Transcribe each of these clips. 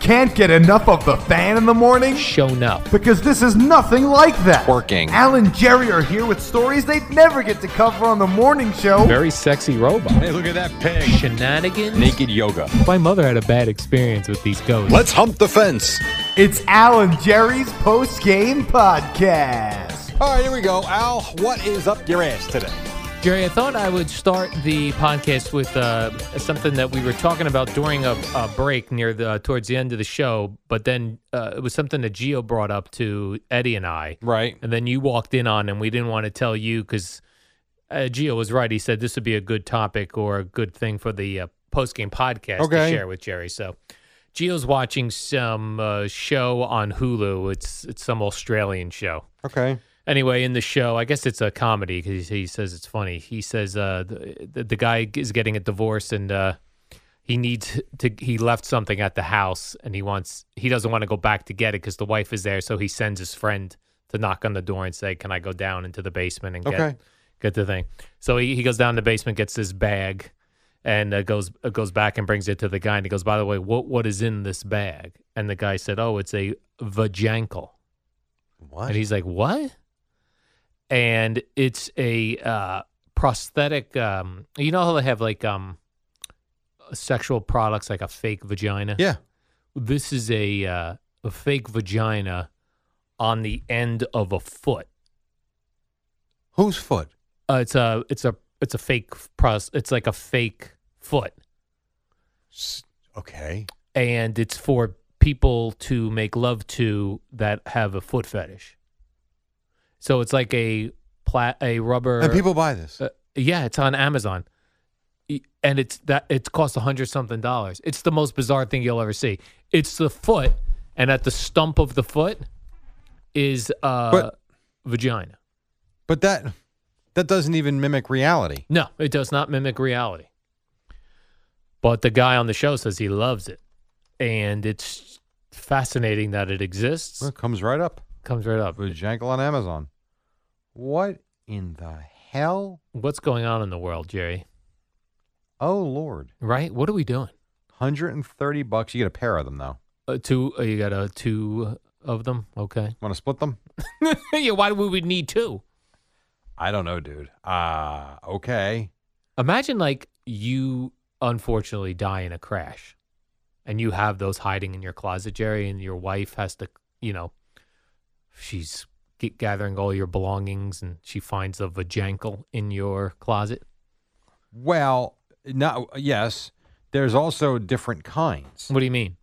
Can't get enough of the fan in the morning? shown up. Because this is nothing like that. Working. Al and Jerry are here with stories they'd never get to cover on the morning show. Very sexy robot. Hey, look at that pig. Shenanigans. Naked yoga. My mother had a bad experience with these ghosts. Let's hump the fence. It's Al and Jerry's post game podcast. All right, here we go. Al, what is up your ass today? Jerry, I thought I would start the podcast with uh, something that we were talking about during a, a break near the uh, towards the end of the show, but then uh, it was something that Gio brought up to Eddie and I, Right. and then you walked in on, and we didn't want to tell you because uh, Gio was right. He said this would be a good topic or a good thing for the uh, post game podcast Okay. to share with Jerry. So. Gio's watching some uh, show on Hulu. It's it's some Australian show. Okay. Anyway, in the show, I guess it's a comedy because he says it's funny. He says uh, the, the the guy is getting a divorce and uh, he needs to. He left something at the house and he wants. He doesn't want to go back to get it because the wife is there. So he sends his friend to knock on the door and say, "Can I go down into the basement and Okay. get get the thing?" So he, he goes down the basement, gets this bag, and uh, goes uh, goes back and brings it to the guy and he goes, "By the way, what what is in this bag?" And the guy said, "Oh, it's a vajankle." What? And he's like, "What?" And it's a uh, prosthetic. Um, you know how they have like um, sexual products, like a fake vagina. Yeah. This is a uh, a fake vagina on the end of a foot. Whose foot? Uh, it's a it's a it's a fake pros. It's like a fake foot, S- Okay. and it's for people to make love to that have a foot fetish. So it's like a pla- a rubber And people buy this. Uh, yeah, it's on Amazon, E- and it's that it's cost a hundred something dollars. It's the most bizarre thing you'll ever see. It's the foot, and at the stump of the foot is uh, But- vagina. But that that doesn't even mimic reality. No, it does not mimic reality. But the guy on the show says he loves it, and it's fascinating that it exists. Well, it comes right up. Comes right up. Vajankle on Amazon. What in the hell? What's going on in the world, Jerry? Oh Lord. Right? What are we doing? 130 bucks. You get a pair of them though. Uh, two? Uh, you got uh, two of them? Okay. Want to split them? yeah. Why would we need two? I don't know, dude. Ah, okay. Imagine like you unfortunately die in a crash and you have those hiding in your closet, Jerry, and your wife has to, you know, she's g gathering all your belongings and she finds a vajankle in your closet. Well, not yes. There's also different kinds. What do you mean?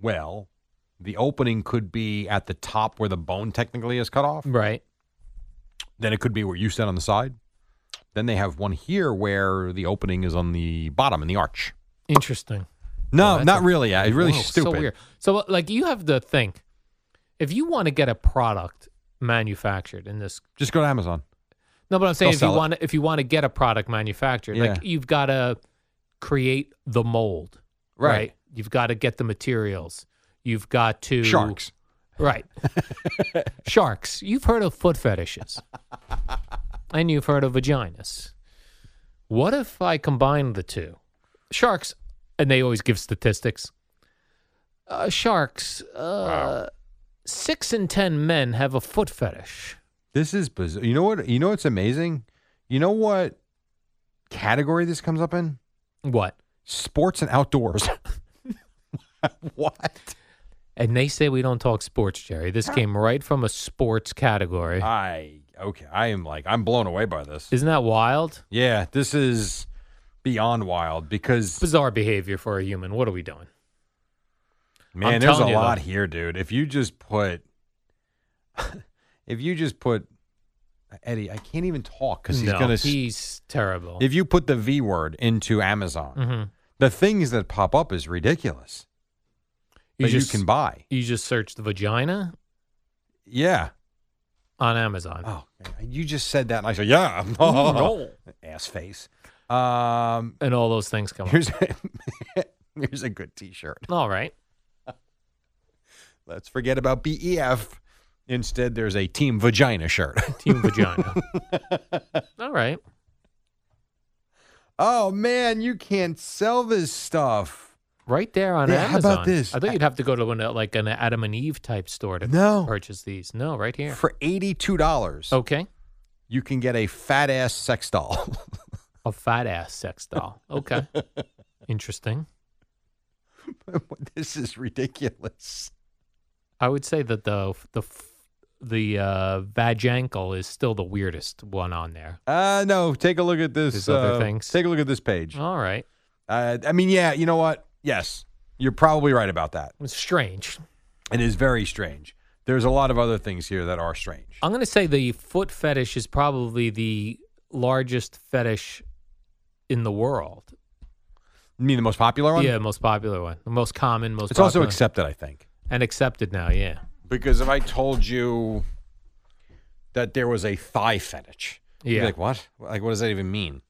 Well, the opening could be at the top where the bone technically is cut off. Right. Then it could be where you said on the side. Then they have one here where the opening is on the bottom in the arch. Interesting. Oh, No, that's not a- really. Yeah, it's really Whoa, stupid. So weird. So uh, like you have to think if you want to get a product manufactured in this Just go to Amazon. No, but I'm saying if They'll you sell it. want to, if you want to get a product manufactured, Yeah. like you've got to create the mold, Right. You've got to get the materials. You've got to Sharks. right? Sharks. You've heard of foot fetishes, and you've heard of vaginas. What if I combine the two? Sharks, and they always give statistics. Uh, sharks. Uh, Six in ten men have a foot fetish. This is bizarre. You know what? You know what's amazing? You know what category this comes up in? What? Sports and outdoors. what? And they say we don't talk sports, Jerry. This came right from a sports category. Uh, I okay. I am like I'm blown away by this. Isn't that wild? Yeah, this is beyond wild because Bizarre behavior for a human. What are we doing? man, I'm there's a telling you, lot though. here, dude. If you just put, if you just put Eddie, I can't even talk because he's no, gonna. s- he's terrible. if you put the V word into Amazon, Mhm. the things that pop up is ridiculous. that you just- can buy. You just search the vagina Yeah. on Amazon. Oh, you just said that, and I said, "Yeah, Oh. ass face." Um, And all those things come up. here's a, here's a good T-shirt. All right. Let's forget about BEF. Instead, there's a Team Vagina shirt. Team vagina. all right. oh man, you can't sell this stuff. Right there on Yeah, how Amazon. about this? I thought you'd have to go to one of- like an Adam and Eve type store to No. purchase these. No, right here. For eighty-two dollars, Okay. you can get a fat ass sex doll. A fat ass sex doll. Okay. Interesting. this is ridiculous. I would say that the the the uh, vajankle is still the weirdest one on there. Uh no. Take a look at this. There's other uh, things. Take a look at this page. All right, Uh, I mean, yeah. You know what? Yes, you're probably right about that. it's strange. It is very strange. There's a lot of other things here that are strange. I'm gonna say the foot fetish is probably the largest fetish in the world. You mean the most popular one? Yeah, most popular one, the most common, most It's also popular. accepted, I think. and accepted now. Yeah, Because if I told you that there was a thigh fetish, you'd yeah. be like, what? Like, what does that even mean?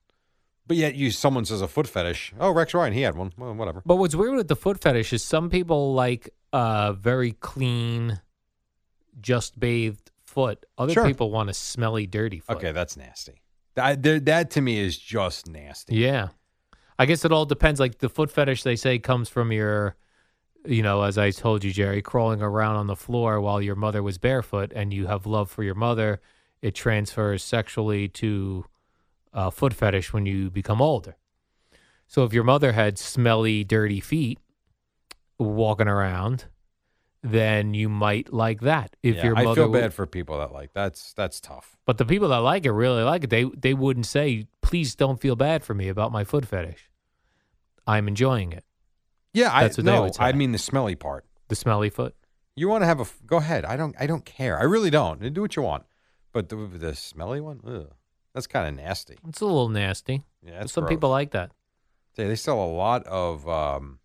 But yet, you someone says a foot fetish. Oh, Rex Ryan, he had one. Well, whatever. But what's weird with the foot fetish is some people like uh, very clean, just bathed foot. Other Sure. people want a smelly, dirty foot. Okay, that's nasty. That, there- that to me is just nasty. Yeah. I guess it all depends. Like the foot fetish, they say, comes from your, you know, as I told you, Jerry, crawling around on the floor while your mother was barefoot and you have love for your mother. It transfers sexually to uh, foot fetish when you become older. So if your mother had smelly, dirty feet walking around, then you might like that. If Yeah, your mother I feel w- bad for people that like that's that's tough. but the people that like it really like it. They they wouldn't say, "Please don't feel bad for me about my foot fetish. I'm enjoying it." Yeah, That's I what they no, would say. I mean the smelly part. The smelly foot. You want to have a f- go ahead. I don't. I don't care. I really don't. Do what you want. But the, the smelly one, ugh, that's kind of nasty. It's a little nasty. Yeah, that's Some gross. people like that They, they sell a lot of. Um,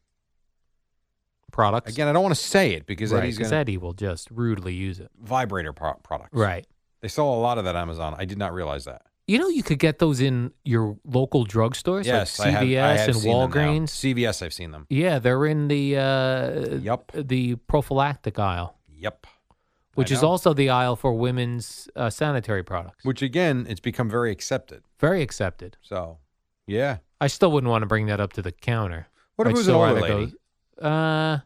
products. again, I don't want to say it because right? Eddie's Because gonna Eddie will just rudely use it. vibrator pro- products. Right. They sell a lot of that on Amazon. I did not realize that. You know, you could get those in your local drugstores, yes, like I have- CVS I have, and seen them now. Walgreens. CVS, I've seen them. Yeah, they're in the uh, Yup. the prophylactic aisle, Yep. which is know. also the aisle for women's uh, sanitary products. Which again, it's become very accepted. Very accepted. So, yeah. I still wouldn't want to bring that up to the counter. What if I'd it was an still older rather go- lady? uh,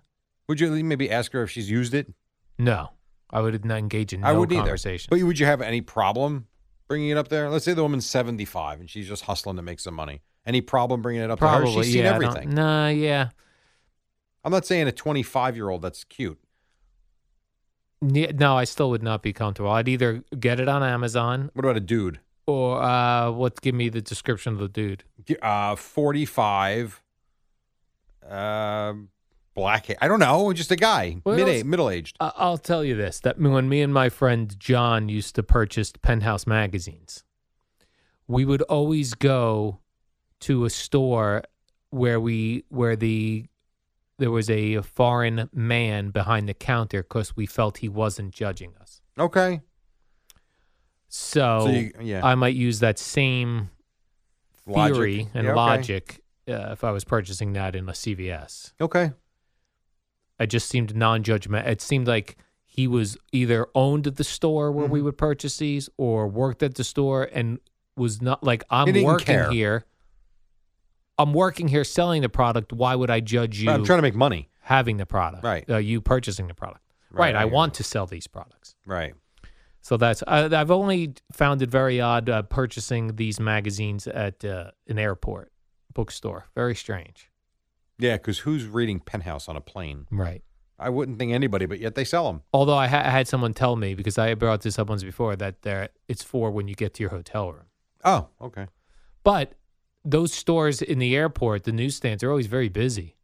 Would you maybe ask her if she's used it? no. I would not engage in no I wouldn't either. conversation. But would you have any problem bringing it up there? Let's say the woman's seventy-five and she's just hustling to make some money. Any problem bringing it up to her? Probably, She's yeah. I seen don't- everything. Nah, yeah. I'm not saying a twenty-five-year-old that's cute. Ne- No, I still would not be comfortable. I'd either get it on Amazon What about a dude? or uh, what? Give me the description of the dude. uh, 45, uh, black hair. I don't know, just a guy, Well, mid it's- middle aged. I- I'll tell you this: that when me and my friend John used to purchase Penthouse magazines, we would always go to a store where we where the there was a foreign man behind the counter because we felt he wasn't judging us. Okay. So, So you- yeah. I might use that same Logic. theory and Yeah, okay. logic uh, if I was purchasing that in a CVS. Okay. It just seemed non-judgment. It seemed like he was either owned the store where Mm-hmm. we would purchase these or worked at the store and was not like I'm didn't working care. here. I'm working here selling the product. Why would I judge you I'm trying to make money. having the product? Right. Uh, you purchasing the product. Right, Right. I I hear want to sell these products. Right. So that's I, I've only found it very odd uh, purchasing these magazines at uh, an airport bookstore. Very strange. Yeah, because who's reading Penthouse on a plane? Right. I wouldn't think anybody, but yet they sell them. Although I, ha- I had someone tell me because I brought this up once before that there it's for when you get to your hotel room. Oh, okay. But those stores in the airport, the newsstands, are always very busy.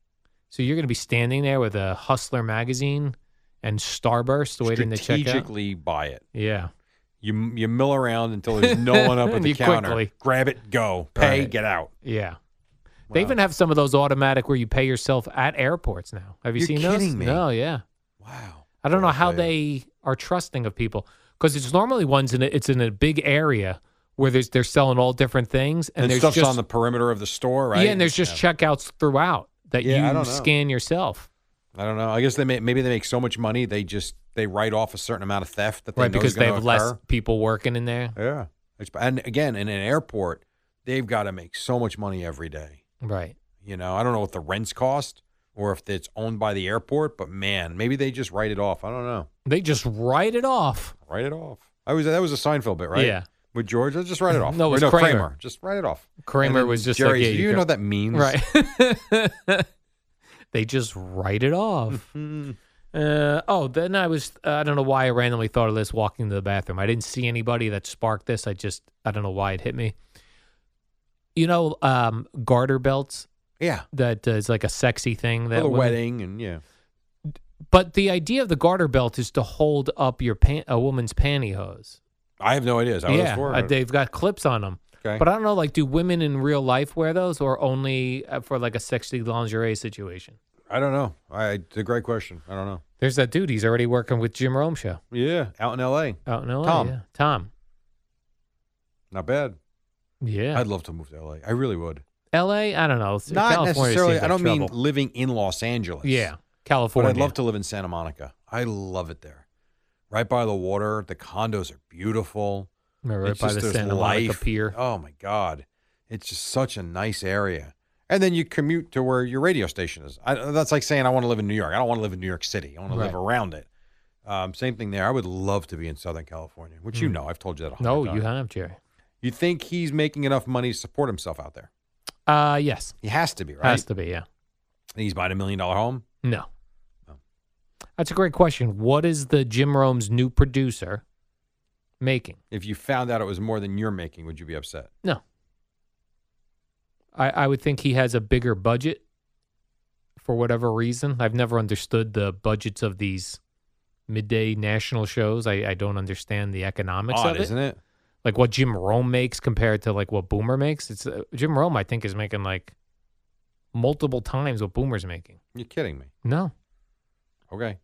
So you're going to be standing there with a Hustler magazine and Starburst waiting to check out. Strategically buy it. Yeah. You you mill around until there's no one up at And the you counter. quickly- Grab it, go, pay, Right. get out. Yeah. They Wow. even have some of those automatic where you pay yourself at airports now. Have you You're seen those? kidding me. No, yeah. Wow. I don't know how Okay. they are trusting of people because it's normally ones in a, it's in a big area where there's they're selling all different things and, And, there's stuff's just on the perimeter of the store, right? yeah and there's just checkouts throughout that Yeah, I you don't know. scan yourself I don't know. I guess they may, maybe they make so much money they just they write off a certain amount of theft that they right know because is they gonna have less occur. people working in there Yeah. It's- And again, in an airport, they've got to make so much money every day. right You know, I don't know what the rents cost or if it's owned by the airport, but man, maybe they just write it off. I don't know. they just write it off Write it off. I was that was a Seinfeld bit, right? Yeah. With George, let's just write it off. No, it Or was no Kramer. Just write it off. And Kramer then was just Jerry like yeah said, Do you know go- what that means? right they just write it off Mm. Mm-hmm. uh, oh then I was I don't know why I randomly thought of this walking to the bathroom I didn't see anybody that sparked this I just I don't know why it hit me you know um, garter belts Yeah. that uh, is like a sexy thing that For the women- wedding and yeah. but the idea of the garter belt is to hold up your pan- a woman's pantyhose I have no idea. Is that what it's yeah for? uh, they've got clips on them Okay. but I don't know like do women in real life wear those or only uh, for like a sexy lingerie situation I don't know. I it's a great question. I don't know. There's that dude. He's already working with Jim Rome show Yeah, out in L.A. out in LA. Tom. Yeah. Tom. Not bad. Yeah. I'd love to move to L.A. I really would. LA. I don't know. S- Not California necessarily. seems I like don't mean trouble. living in Los Angeles. Yeah. but California. I'd love to live in Santa Monica. I love it there. Right by the water, the condos are beautiful. Remember, right It's by just- the there's Santa Monica life. Pier. Oh my God, it's just such a nice area. And then you commute to where your radio station is. I, that's like saying I want to live in New York. I don't want to live in New York City. I want to live Right. around it. Um, same thing there. I would love to be in Southern California, which you know I've told you that. a hundred Hmm. No, you times. have Jerry. You think he's making enough money to support himself out there? Uh, yes. He has to be, right? Has to be. Yeah. And he's buying a million dollar home. No. Oh. That's a great question. What is the Jim Rome's new producer making? If you found out it was more than you're making, would you be upset? No. I, I would think he has a bigger budget for whatever reason. I've never understood the budgets of these midday national shows. I, I don't understand the economics Odd, of it. isn't it? Like what Jim Rome makes compared to like what Boomer makes. It's uh, Jim Rome I think is making like multiple times what Boomer's making. You're kidding me. No. Okay.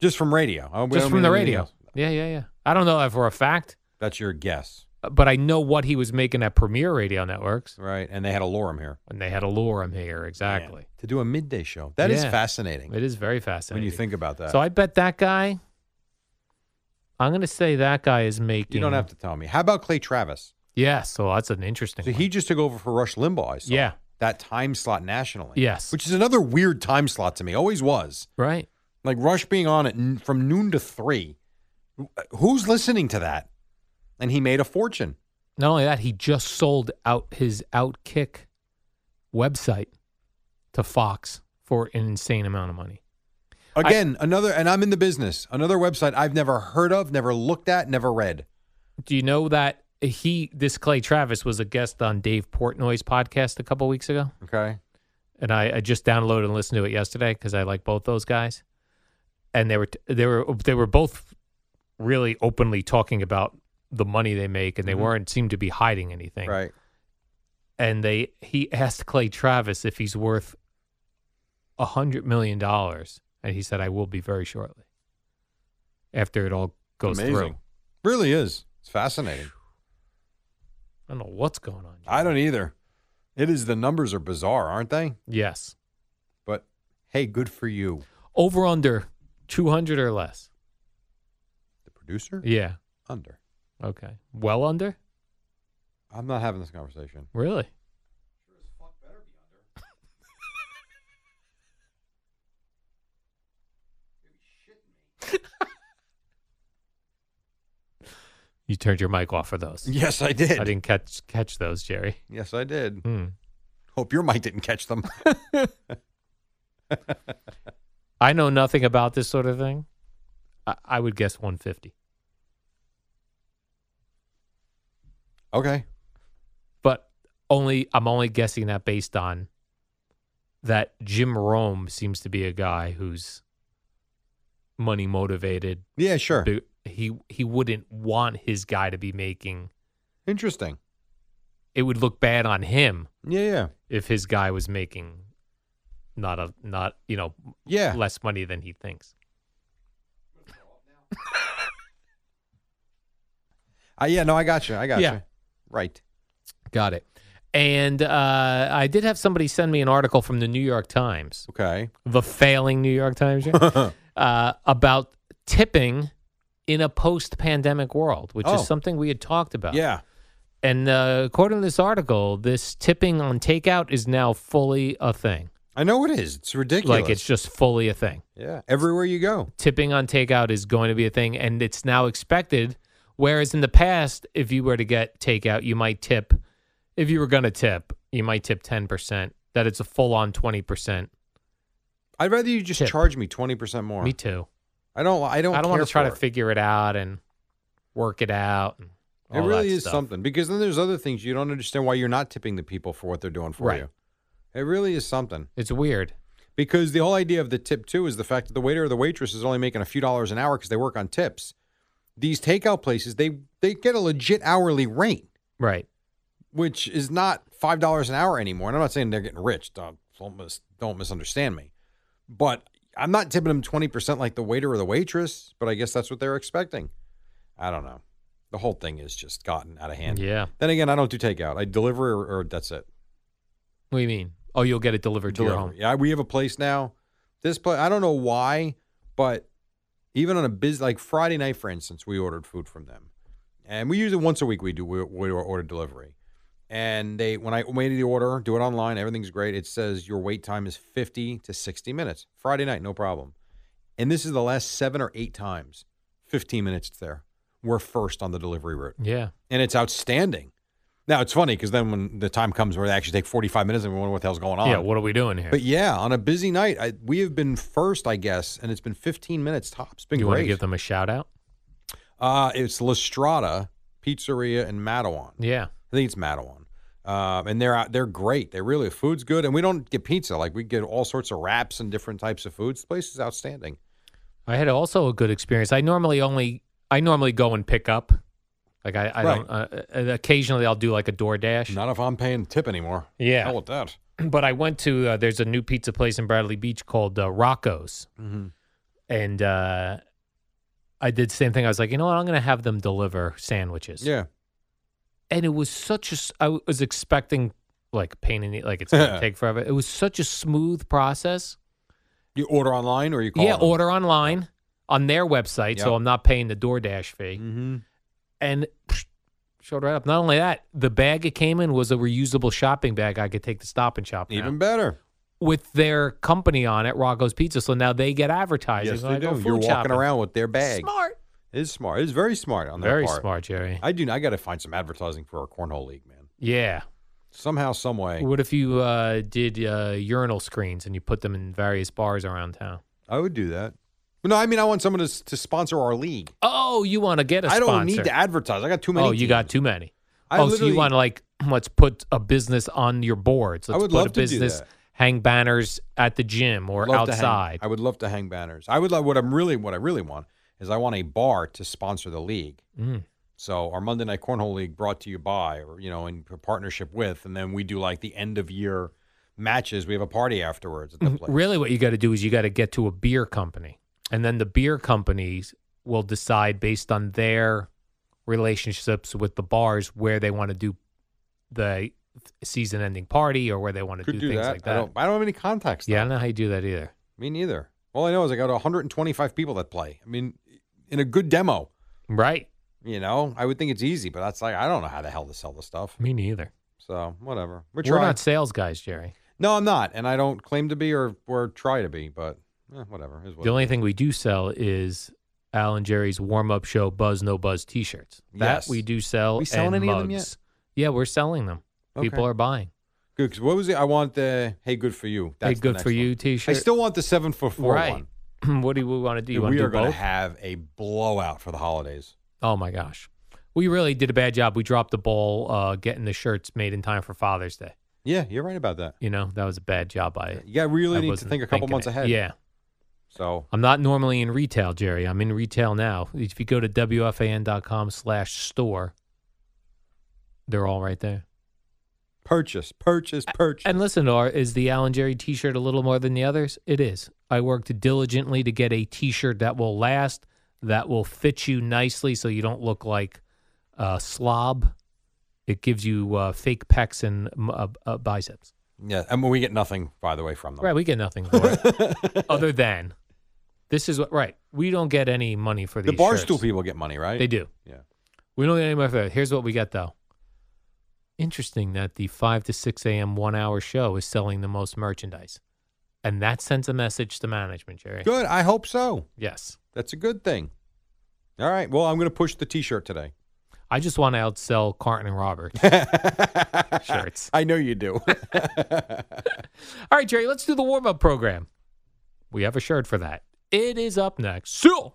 Just from radio. I- I Just don't from mean the anything radio. else. Yeah, yeah, yeah. I don't know that for a fact, That's your guess, but I know what he was making at Premier Radio Networks right? And they had a lorem here. when they had Allure him here exactly. To do a midday show. that is Yeah. fascinating It is very when fascinating. you think about that. So I bet that guy. I'm going to say that guy is making. you don't have to tell me. How about Clay Travis? Yeah, so that's an interesting. So he just took over for Rush Limbaugh, I saw. Yeah. That time slot nationally. Yes. Which is another weird time slot to me. Always was. one. right. Like Rush being on at n- from noon to three. Who's listening to that? And he made a fortune. Not only that, he just sold out his Outkick website to Fox for an insane amount of money. Again, another, and I'm in the business. Another website I've never heard of, never looked at, never read. Do you know that he, this Clay Travis, was a guest on Dave Portnoy's podcast a couple weeks ago? Okay. and I, I just downloaded and listened to it yesterday because I like both those guys, and they were t- they were they were both really openly talking about the money they make, and they weren't seemed to be hiding anything. Mm-hmm. Right. And they he asked Clay Travis if he's worth a hundred million dollars, and he said, "I will be very shortly." After it all goes through, Really is. It's fascinating. I don't know what's going on. I don't either. It is the numbers are bizarre, aren't they? Yes, But hey, good for you. over under two hundred or less. The producer? Yeah. Under. Okay. Well under. I'm not having this conversation. Really? You turned your mic off for those. Yes, I did. I didn't catch catch those, Jerry. Yes, I did. Hmm. Hope your mic didn't catch them. I know nothing about this sort of thing. I, I would guess 150, okay. but only I'm only guessing that based on that Jim Rome seems to be a guy who's money motivated. Yeah, sure. Bu- He he wouldn't want his guy to be making. Interesting. It would look bad on him Yeah, yeah. if his guy was making not a not you know Yeah. less money than he thinks. Uh, yeah, no, I got you. I got Yeah. you. Right. Got it. And uh, I did have somebody send me an article from the New York Times, Okay. the failing New York Times, yeah, uh, about tipping in a post-pandemic world, which Oh. is something we had talked about. Yeah. And uh, according to this article, this tipping on takeout is now fully a thing. I know it is. It's ridiculous. Like it's just fully a thing. yeah. Everywhere you go. Tipping on takeout is going to be a thing, and it's now expected. Whereas in the past, if you were to get takeout, you might tip. If you were going to tip, you might tip ten percent. That it's a full on twenty percent. I'd rather you just Tip. charge me twenty percent more. Me too. I don't. I don't. I don't want care to try for to it. figure it out and work it out. And It all really that is stuff. something because then there's other things you don't understand why you're not tipping the people for what they're doing for Right. you. It really is something It's weird. because the whole idea of the tip too is the fact that the waiter or the waitress is only making a few dollars an hour because they work on tips. These takeout places they they get a legit hourly rate, Right. which is not five dollars an hour anymore. And I'm not saying they're getting rich. Don't don't, mis- don't misunderstand me, but I'm not tipping them twenty percent like the waiter or the waitress. But I guess that's what they're expecting. I don't know. The whole thing has just gotten out of hand. Yeah. Then again, I don't do takeout. I deliver or, or that's it. What do you mean? Oh, you'll get it delivered to Deliver. your home. Yeah, we have a place now. This place, I don't know why, but even on a biz like Friday night, for instance, we ordered food from them, and we usually once a week we do we, we order delivery. And they when I made the order, do it online, everything's great. It says your wait time is fifty to sixty minutes. Friday night, no problem. And this is the last seven or eight times, fifteen minutes there. We're first on the delivery route Yeah. and it's outstanding. Now it's funny because then when the time comes where they actually take forty five minutes and we wonder what the hell's going on. Yeah. What are we doing here? But yeah, on a busy night, I, we have been first, I guess, and it's been fifteen minutes tops. Been you want to great. give them a shout out? uh, it's Lestrada Pizzeria in Mattawan. Yeah. I think it's Mattawan. Um, and they're out, they're great. They really food's good, and we don't get pizza like we get all sorts of wraps and different types of foods. The place is outstanding. I had also a good experience. I normally only I normally go and pick up. Like I, I Right. don't. Uh, uh, occasionally I'll do like a DoorDash. Not Oh. if I'm paying tip anymore. Yeah. hell with that. But I went to uh, there's a new pizza place in Bradley Beach called uh, Rocco's, and uh, I did the same thing. I was like, you know what? I'm going to have them deliver sandwiches. Yeah, And it was such a. s- I was expecting like pain in the like it's going to take forever. It was such a smooth process. you order online or you call. yeah, order online on their website, so Yep. I'm not paying the DoorDash fee. hmm and psh, showed right up. Not only that, the bag it came in was a reusable shopping bag I could take to Stop and Shop now. Even better. with their company on it, Rocco's Pizza. So now they get advertising. Yes, when they I go do. food You're walking shopping. around with their bag. Smart, It is smart. It is very smart on their very part. smart, Jerry. I do. I got to find some advertising for our cornhole league, man. Yeah. Somehow, some way, What if you uh, did uh, urinal screens and you put them in various bars around town? I would do that. But no, I mean, I want someone to, s- to sponsor our league. Oh, you want to get a I don't sponsor? need to advertise. I got too many. Oh, you got teams. too many. I oh, so you literally- want to like let's put a business on your boards. I Let's would put love a to do business that. hang banners at the gym or Love to hang- outside. I would love to hang banners. I would love what I'm really what I really want is I want a bar to sponsor the league. Mm. So our Monday Night Cornhole League brought to you by, or you know, in partnership with, and then we do like the end of year matches. We have a party afterwards at the place. Mm-hmm. Really, what you got to do is you got to get to a beer company, and then the beer companies will decide based on their relationships with the bars where they want to do the season-ending party or where they want to Could do, do things that. like that. I don't. I don't have any contacts. yeah, I don't know how you do that either. Me neither. All I know is I got 125 people that play. I mean, in a good demo, Right? you know, I would think it's easy, but that's like I don't know how the hell to sell this stuff. Me neither. So whatever. We're We're trying. not sales guys, Jerry. No, I'm not, and I don't claim to be or or try to be, but eh, whatever. Is what The only thing we do sell is Al and Jerry's warm-up show Buzz No Buzz T-shirts. That Yes. we do sell. We selling and any mugs. of them yet? Yeah, we're selling them. People Okay. are buying. good. 'cause what was it? I want the hey, good for you. Hey, That's the good next for one. you I T-shirt. still want the seven for four right. one. what do we want to do? You Dude, want we to are do going to both? have a blowout for the holidays. oh my gosh, we really did a bad job. We dropped the ball uh, getting the shirts made in time for Father's Day. Yeah, you're right about that. You know that was a bad job. I You got really I need to wasn't think a couple thinking months it. ahead. Yeah, So I'm not normally in retail, Jerry. I'm in retail now. If you go to wfan.com/store, they're all right there. Purchase, purchase, purchase. And listen, R, is the Alan Jerry t shirt a little more than the others? It is. I worked diligently to get a t shirt that will last, that will fit you nicely so you don't look like a slob. It gives you uh, fake pecs and um, uh, uh, biceps. yeah, I mean, we get nothing, by the way, from them. Right. We get nothing for it other than this is what, right. We don't get any money for the these barstool shirts. people get money, right? They do. Yeah. We don't get any more for that. Here's what we get though. Interesting that the five to six a.m. one hour show is selling the most merchandise, and that sends a message to management, Jerry. Good. I hope so. Yes, That's a good thing. All right. Well, I'm going to push the T-shirt today. I just want to outsell Carton and Robert shirts. I know you do. All right, Jerry, let's do the warm up program. We have a shirt for that. It is up next. So,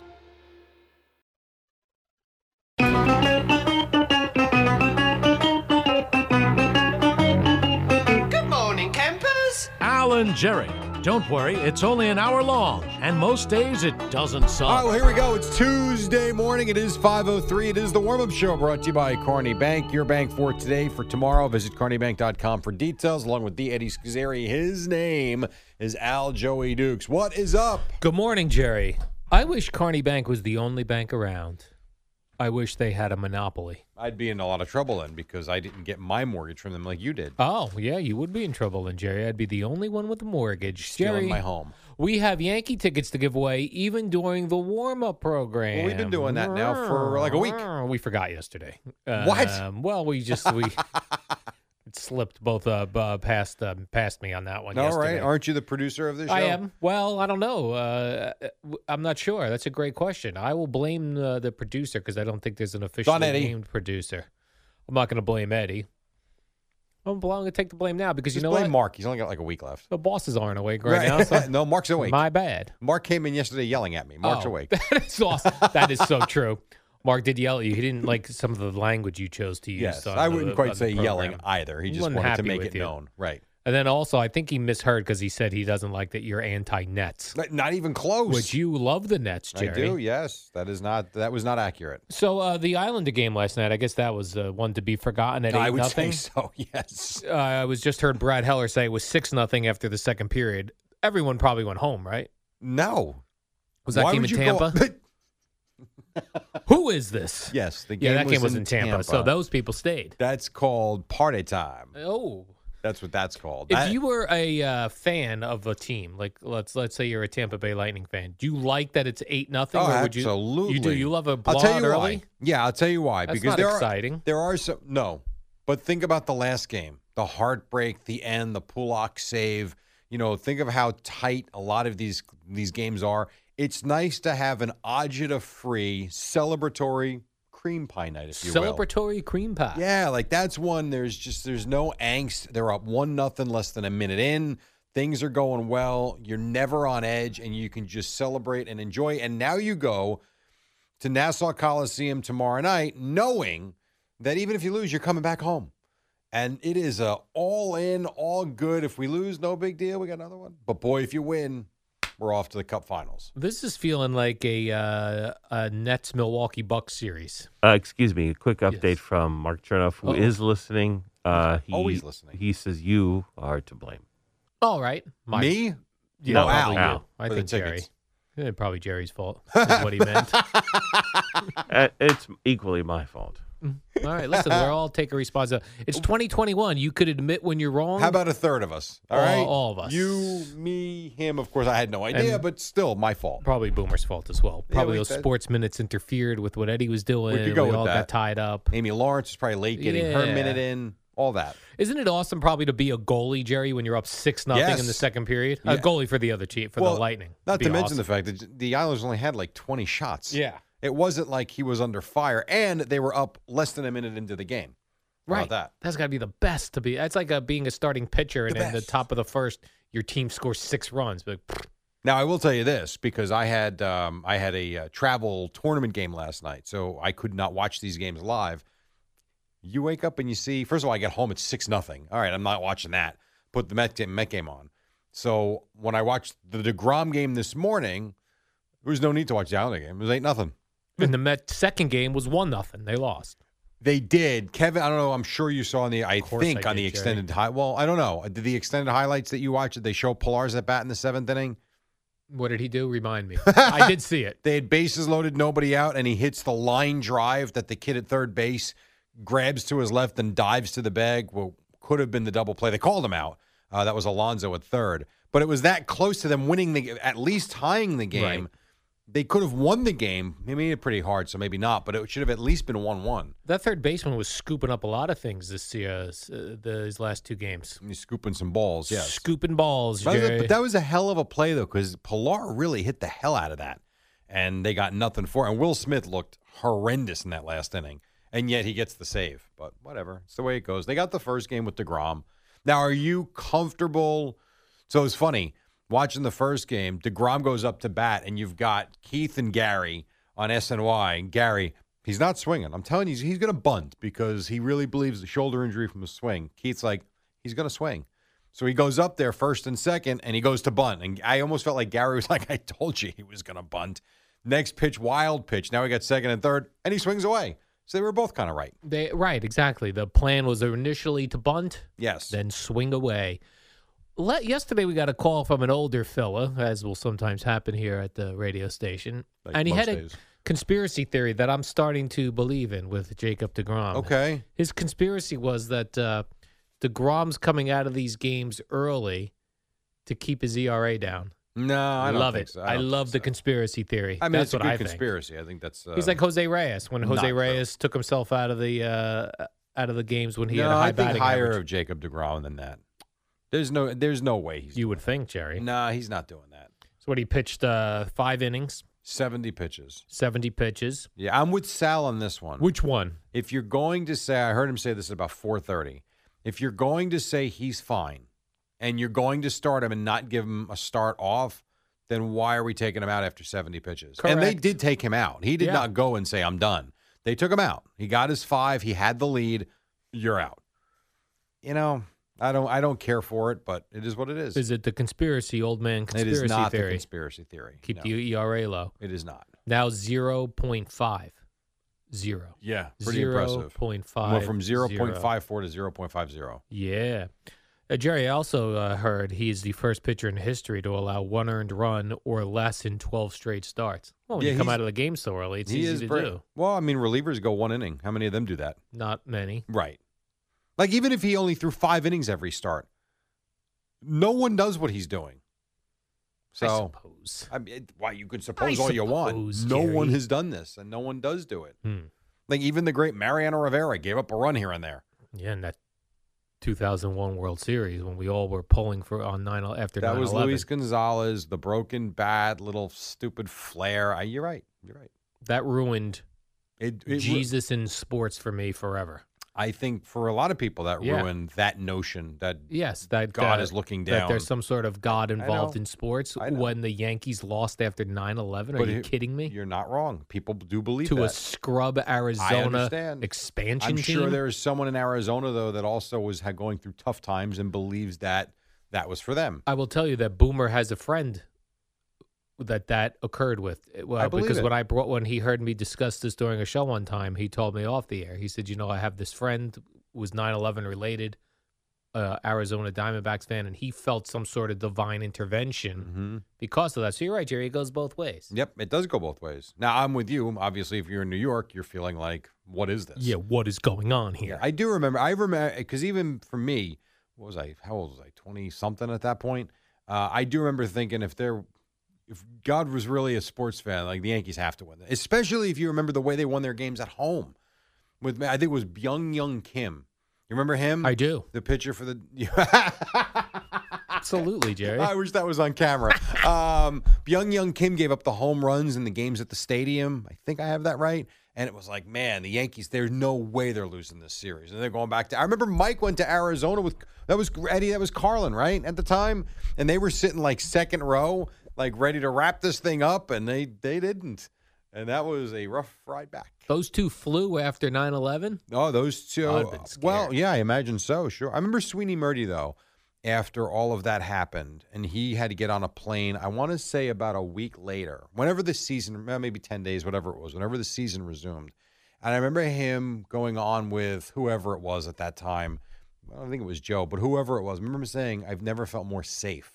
Alan Jerry. Don't worry, it's only an hour long, and most days it doesn't suck. Oh, here we go. It's Tuesday morning. It is 5.03. It is the warm-up show brought to you by Carney Bank, your bank for today. For tomorrow, visit carneybank.com for details, along with the Eddie Scazzeri. His name is Al Joey Dukes. What is up? good morning, Jerry. I wish Carney Bank was the only bank around. I wish they had a monopoly. I'd be in a lot of trouble then because I didn't get my mortgage from them like you did. Oh, yeah, you would be in trouble, and Jerry, I'd be the only one with a mortgage. Stealing Jerry, my home. We have Yankee tickets to give away even during the warm up program. Ah, Well, we've been doing that now for, like, a week. We forgot yesterday. What? Um, well, we just we it slipped both uh, b- uh, past um, past me on that one. All right. yesterday. Aren't you the producer of this show? I am. Well, I don't know. Uh, w- I'm not sure. That's a great question. I will blame uh, the producer because I don't think there's an officially Eddie. named producer. I'm not going to blame Eddie. I'm going to take the blame now because Just you know blame what? Mark. He's only got like a week left. The bosses aren't awake right, now. So no, Mark's awake. My Oh. bad. Mark came in yesterday yelling at me. Mark's awake. That is awesome. that is so true. Mark did yell at you. He didn't like some of the language you chose to use. Yes, on I the- wouldn't on quite the say program. yelling either. He just Wasn't wanted to happy make with it you. known, right? And then also, I think he misheard because he said he doesn't like that you're anti Nets, Not- Not even close. which you love the Nets, I Jerry. do. Yes, that is not that was not accurate. So uh, the Islander game last night, I guess that was uh, one to be forgotten at eight I would nothing. say so. Yes. Uh, I was just heard Brad Heller say it was six nothing after the second period. Everyone probably went home, right? No. Was that Why game would in you go- Tampa? Who is this? yes, the game yeah, that was game was in in Tampa, so those people stayed. that's called party time. Oh, That's what that's called. if That- you were a uh, fan of a team, like let's let's say you're a Tampa Bay Lightning fan, do you like that it's eight nothing? Oh, or would you- absolutely. You, do. You love a I'll blowout tell you early. why. Yeah, I'll tell you why. That's because not there are- exciting. there are some no, but think about the last game, the heartbreak, the end, the Pulak save. You know, think of how tight a lot of these these games are. It's nice to have an agita free celebratory cream pie night, if you will. Celebratory cream pie. Yeah, like that's one. There's just there's no angst. They're up one nothing less than a minute in. Things are going well. You're never on edge, and you can just celebrate and enjoy. And now you go to Nassau Coliseum tomorrow night, knowing that even if you lose, you're coming back home. And it is a all in, all good. If we lose, no big deal. We got another one. But boy, if you win, we're off to the Cup Finals. This is feeling like a, uh, a Nets Milwaukee Bucks series. Uh, excuse me, a quick update Yes. from Mark Chernoff, who Uh-oh. is listening. Uh, he, Always listening. He says you are to blame. All right, Mike. Me? Yeah, No, probably Al. you. Al. I Oh, For the think Jerry. tickets. Yeah, probably Jerry's fault. Is what he meant. all Uh-uh. Uh, it's equally my fault. right, listen, we're all taking responsibility. It's 2021. You could admit when you're wrong. Oh. How about a third of us? All All- right, all of us. You, me, him. Of course, I had no idea, And- but still, my fault. Probably Boomer's fault as well. Probably we- those that- sports minutes interfered with what Eddie was doing. could and go we with all that. got tied up. Amy Lawrence was probably late getting her Yeah. minute in. All that. Isn't it awesome probably to be a goalie, Jerry, when you're up six nothing in the Yes. second period? Yeah. A goalie for the other team for the Lightning. Not Be to mention awesome. the fact that the Islanders only had like 20 shots. Yeah. It wasn't like he was under fire, and they were up less than a minute into the game. How Right. about that? That's got to be the best to be. That's like uh being a starting pitcher and The in the best. top of the first, your team scores six runs. But Now I will tell you this because I had um, I had a uh, travel tournament game last night, so I could not watch these games live. You wake up and you see. First of all, I get home at six nothing. All right, I'm not watching that. Put the Met game, Met game on. So when I watched the Degrom game this morning, there was no need to watch the Islander game. It was eight nothing. in the Met second game was one nothing. They lost. They did, Kevin. I don't know. I'm sure you saw on the. I course think I on the did, Jerry. extended high. Well, I don't know. Did the extended highlights that you watched? Did they show Pilar's at bat in the seventh inning? What did he do? Remind me. I did see it. They had bases loaded, nobody out, and he hits the line drive that the kid at third base grabs to his left and dives to the bag. Well, could have been the double play. They called him out. Uh, that was Alonzo at third, but it was that close to them winning the, at least tying the game. They could have won the game. They made it pretty hard, so maybe not. But it should have at least been one-one. That third baseman was scooping up a lot of things this uh, s- uh, these last two games. He's scooping some balls. Yes. Scooping balls. But that was a- Jerry. but that was a hell of a play though, because Pilar really hit the hell out of that, and they got nothing for. it. And Will Smith looked horrendous in that last inning, and yet he gets the save. But whatever, it's the way it goes. They got the first game with Degrom. Now, are you comfortable? So it's funny watching the first game. Degrom goes up to bat, and you've got Keith and Gary on SNY. And Gary, he's not swinging. I'm telling you, he's going to bunt because he really believes the shoulder injury from a swing. Keith's like, he's going to swing. So he goes up there first and second, and he goes to bunt. And I almost felt like Gary was like, I told you he was going to bunt. Next pitch, wild pitch. Now he got second and third, and he swings away. So they were both kind of right. They right, exactly. The plan was initially to bunt, Yes. then swing away. Let, yesterday we got a call from an older fella, as will sometimes happen here at the radio station, Like and he most had days. a conspiracy theory that I'm starting to believe in with Jacob Degrom. okay. his conspiracy was that uh, Degrom's coming out of these games early to keep his ERA down. No, I don't love think it. so. I, don't love the think so. conspiracy theory. I mean, That's it's a what good I think. conspiracy. I think that's. Uh, He's like Jose Reyes when not Jose true. Reyes took himself out of the uh, out of the games when he no, had a high I think batting higher average. of Jacob Degrom than that. There's no, there's no way he's. You would think, Jerry. Nah, he's not doing that. So what he pitched uh, five innings, Seventy pitches. seventy pitches. Yeah, I'm with Sal on this one. Which one? if you're going to say i heard him say this at about 4.30 if you're going to say he's fine and you're going to start him and not give him a start off then why are we taking him out after 70 pitches and they Correct. did take him out he did Yeah. not go and say i'm done they took him out he got his five he had the lead you're out you know i don't i don't care for it but it is what it is Is it the conspiracy, old man it conspiracy is not the theory? conspiracy theory Keep No, the ERA low. it is not Now zero point five. Zero. yeah pretty impressive Went 0.50. from 0.54 to 0.50 Yeah. Uh, Jerry, I also uh, heard he is the first pitcher in history to allow one earned run or less in 12 straight starts. Well, when Yeah, you come he's- out of the game so early, it's He easy is to bra- do. Well, I mean, relievers go one inning. How many of them do that? Not many. Right. Like even if he only threw five innings every start, no one does what he's doing. I So suppose. I mean, it- why you could suppose all you suppose, want. No one Jerry. has done this, and no one does do it. Hmm. Like even the great Mariano Rivera gave up a run here and there. Yeah, and that 2001 World Series when we all were pulling for on 9 after that 9 was Luis Gonzalez, the broken bat, little stupid flare. I, you're right. You're right. That ruined It, it ru- Jesus in sports for me forever. I think for a lot of people that Yeah. ruined that notion that Yes, that God that- is looking That there's down. some sort of God know. involved in sports. I know. When the Yankees lost after 9/11, are But you it- kidding me? You're not wrong. People do believe to that. a scrub Arizona understand. expansion I'm team. sure there is someone in Arizona though that also was ha- going through tough times and believes that that was for them. I will tell you that Boomer has a friend that that occurred with. eh, Well, I believe because it. when I brought when he heard me discuss this during a show one time, he told me off the air. He said, "You know, I have this friend was 9/11 related, uh, Arizona Diamondbacks fan, and he felt some sort of divine intervention Mm-hmm. because of that." So you're right, Jerry. It goes both ways. Yep, it does go both ways. Now I'm with you. Obviously, if you're in New York, you're feeling like, what is this? Yeah, what is going on here? I do remember. I remember because even for me, what was I? How old was I? Twenty something at that point. Uh, I do remember thinking if there, if God was really a sports fan, like the Yankees have to win, this. especially if you remember the way they won their games at home. With I think it was Byung Young Kim. You remember him? I do the pitcher for the. absolutely, Jerry. I wish that was on camera. Um, Byung Young Kim gave up the home runs in the games at the stadium. I think I have that right. And it was like, man, the Yankees, there's no way they're losing this series. And they're going back to I remember Mike went to Arizona with that was Eddie, that was Carlin, right? At the time. And they were sitting like second row, like ready to wrap this thing up, and they they didn't. And that was a rough ride back. Those two flew after 9 11. Oh, those two. I'd been well, scared. yeah, I imagine so. Sure. I remember Sweeney Murdy though. After all of that happened, and he had to get on a plane, I want to say about a week later, whenever the season, well, maybe 10 days, whatever it was, whenever the season resumed. And I remember him going on with whoever it was at that time. I don't think it was Joe, but whoever it was. I remember saying, I've never felt more safe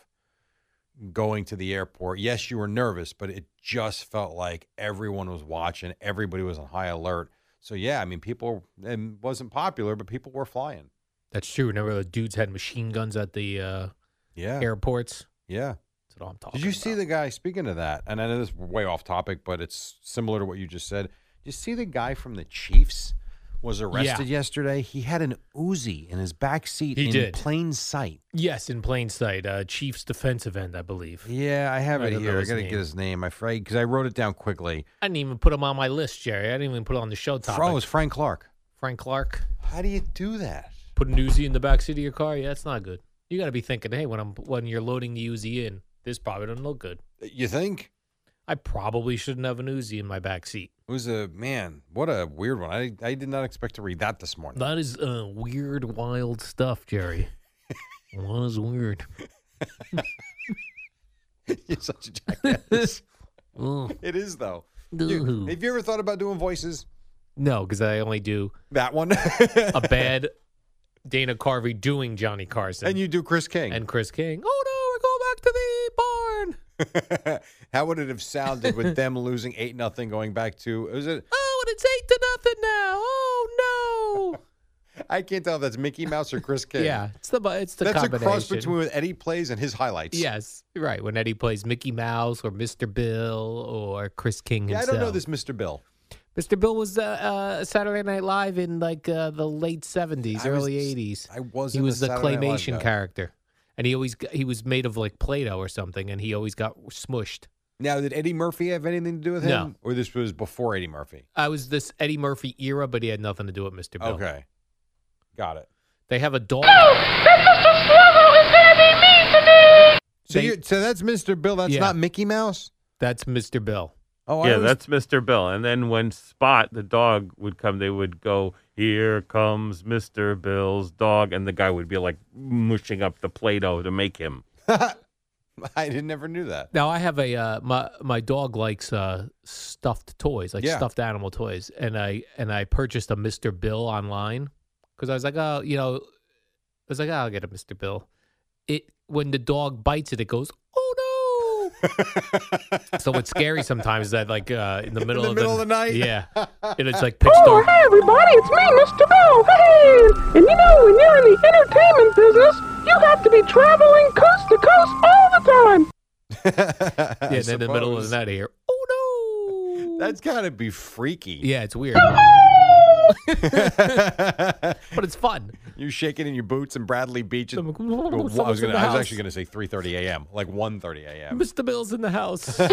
going to the airport. Yes, you were nervous, but it just felt like everyone was watching, everybody was on high alert. So yeah, I mean, people it wasn't popular, but people were flying. That's true. Remember the dudes had machine guns at the uh, Yeah, airports? yeah. That's what I'm talking Did you see about. the guy? Speaking of that, and I know this is way off topic, but it's similar to what you just said. Did you see the guy from the Chiefs was arrested yesterday? He had an Uzi in his back seat He in did. plain sight. Yes, in plain sight. Uh, Chiefs defensive end, I believe. Yeah, I have I it don't know here. I his gotta name. get his name. I because I wrote it down quickly. I didn't even put him on my list, Jerry. I didn't even put it on the show topic. Oh, it was Frank Clark. Frank Clark How do you do that? put an Uzi in the backseat of your car. Yeah, that's not good. You got to be thinking, hey, when I'm when you're loading the Uzi in, this probably doesn't look good. You think? I probably shouldn't have an Uzi in my backseat. It was a man. What a weird one. I I did not expect to read that this morning. That is uh, weird, wild stuff, Jerry. what is weird? You're such a jackass. Ugh. it is though. You- Ooh. have you ever thought about doing voices? No, because I only do That one. a bad Dana Carvey doing Johnny Carson and you do Chris King. and Chris King. Oh no, we're going back to the barn. How would it have sounded with them losing eight nothing going back to? Was it? Oh, and it's eight to nothing now. Oh no. I can't tell if that's Mickey Mouse or Chris King. Yeah, it's the bu- it's the that's a combination. cross between what Eddie plays and his highlights. Yes, right. When Eddie plays Mickey Mouse or Mr. Bill or Chris King Yeah, I himself. don't know this Mr. Bill. Mr. Bill was uh, uh, Saturday Night Live in like uh, the late seventies, I was- early eighties. I was He in the was the, Saturday Night Live claymation guy. character, and he always g- he was made of like Play-Doh or something, and he always got smushed. Now, did Eddie Murphy have anything to do with him? No. Or this was before Eddie Murphy? I was this Eddie Murphy era, but he had nothing to do with Mr. Bill. Okay. Got it. They have a dog. So, They- you so that's Mr. Bill. That's Yeah. not Mickey Mouse. That's Mr. Bill. Oh, I yeah, always- that's Mr. Bill. And then when Spot, the dog, would come, they would go, Here comes Mr. Bill's dog. And the guy would be like mushing up the Play Doh to make him. I didn't never knew that. Now I have a uh, my my dog likes uh, stuffed toys, like Yeah. stuffed animal toys, and I and I purchased a Mr. Bill online because I was like, oh, you know, I was like, "Oh, I'll get a Mr. Bill. It when the dog bites it, it goes, oh no. so what's scary sometimes is that like uh, in the middle the of middle of the night? yeah, and it's like pitch dark. everybody, it's me, Mr. Bill. Hey! And you know, when you're in the entertainment business, you have to be traveling coast to coast all the time. yeah, Yeah, and then in the middle of the night, I hear, oh no. That's got to be freaky. Yeah, it's weird, but it's fun. You're shaking in your boots and Bradley Beach. I'm and- like, Well, "Someone's I was in the gonna. I was house." actually gonna say 3:30 a.m. Like 1:30 a.m. Mr. Bill's in the house. You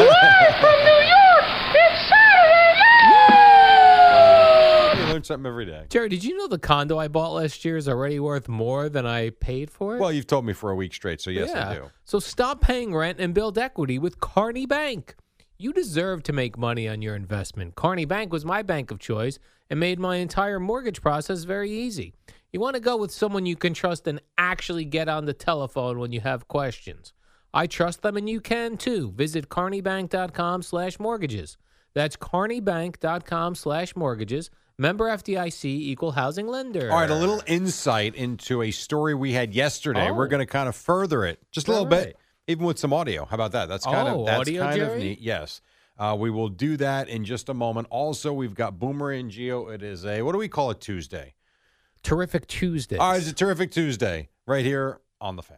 learn something every day. Jerry, did you know the condo I bought last year is already worth more than I paid for it? Well, you've told me for a week straight, so yes, I do. So stop paying rent and build equity with Carney Bank. You deserve to make money on your investment. Carney Bank was my bank of choice and made my entire mortgage process very easy. You want to go with someone you can trust and actually get on the telephone when you have questions. I trust them and you can too. Visit carneybank.com slash mortgages. That's carneybank.com slash mortgages. Member FDIC equal housing lender. All right, a little insight into a story we had yesterday. We're Oh. going to kind of further it just a little bit, Right. even with some audio. How about that? That's kind Oh, of that's audio, kind of Jerry? neat. Yes, uh, we will do that in just a moment. Also, we've got Boomer and Geo. It is a what do we call it Tuesday? terrific Tuesday. All right, it's a terrific Tuesday right here on the fan.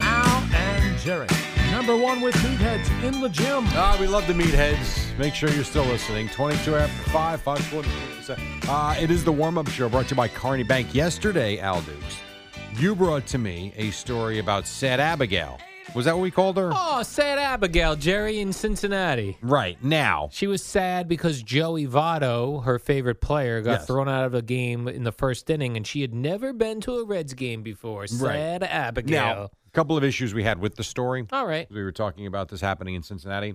And Jerry, number one with meatheads in the gym. Ah, we love the meatheads. Make sure you're still listening. 22 after 5, 547. Uh, it is the warm up show brought to you by Carney Bank. Yesterday, Al Dukes, you brought to me a story about Sad Abigail. Was that what we called her? Oh, sad Abigail, Jerry in Cincinnati. Right, now. She was sad because Joey Votto, her favorite player, got Yes. thrown out of a game in the first inning, and she had never been to a Reds game before. Sad Abigail. Now, a couple of issues we had with the story. All right. We were talking about this happening in Cincinnati.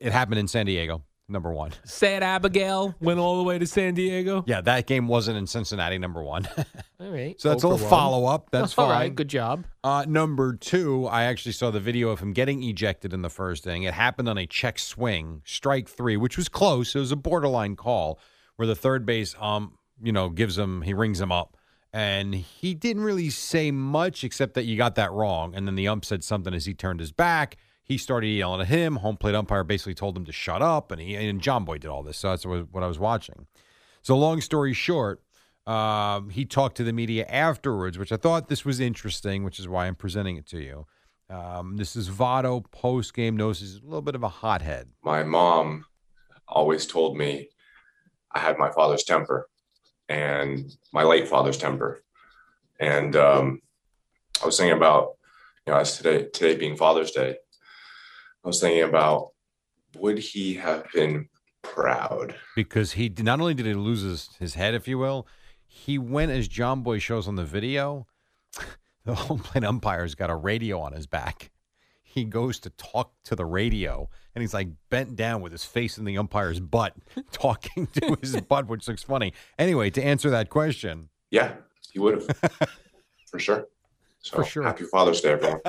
It happened in San Diego, number one. Sad Abigail went all the way to San Diego. Yeah, that game wasn't in Cincinnati, number one. All right. So that's a Oh, for little one. follow up. That's fine. All right. Good job. Uh, number two, I actually saw the video of him getting ejected in the first inning. It happened on a check swing, strike three, which was close. It was a borderline call where the third base, um, you know, gives him, he rings him up. And he didn't really say much except that you got that wrong. And then the ump said something as he turned his back. He started yelling at him. Home plate umpire basically told him to shut up. And he and John Boy did all this. So that's what what I was watching. So, long story short, um, he talked to the media afterwards, which I thought this was interesting, which is why I'm presenting it to you. Um, this is Votto post game knows he's a little bit of a hothead. my mom always told me I had my father's temper and my late father's temper. And um, I was thinking about, you know, as today today being Father's Day, I was thinking about would he have been proud? because he did- not only did he lose his, his head, if you will, he went as John Boy shows on the video. The home plate umpire's got a radio on his back. He goes to talk to the radio, and he's like bent down with his face in the umpire's butt, talking to his butt, which looks funny. Anyway, to answer that question, Yeah, he would have for sure. So For sure. happy Father's Day, everyone.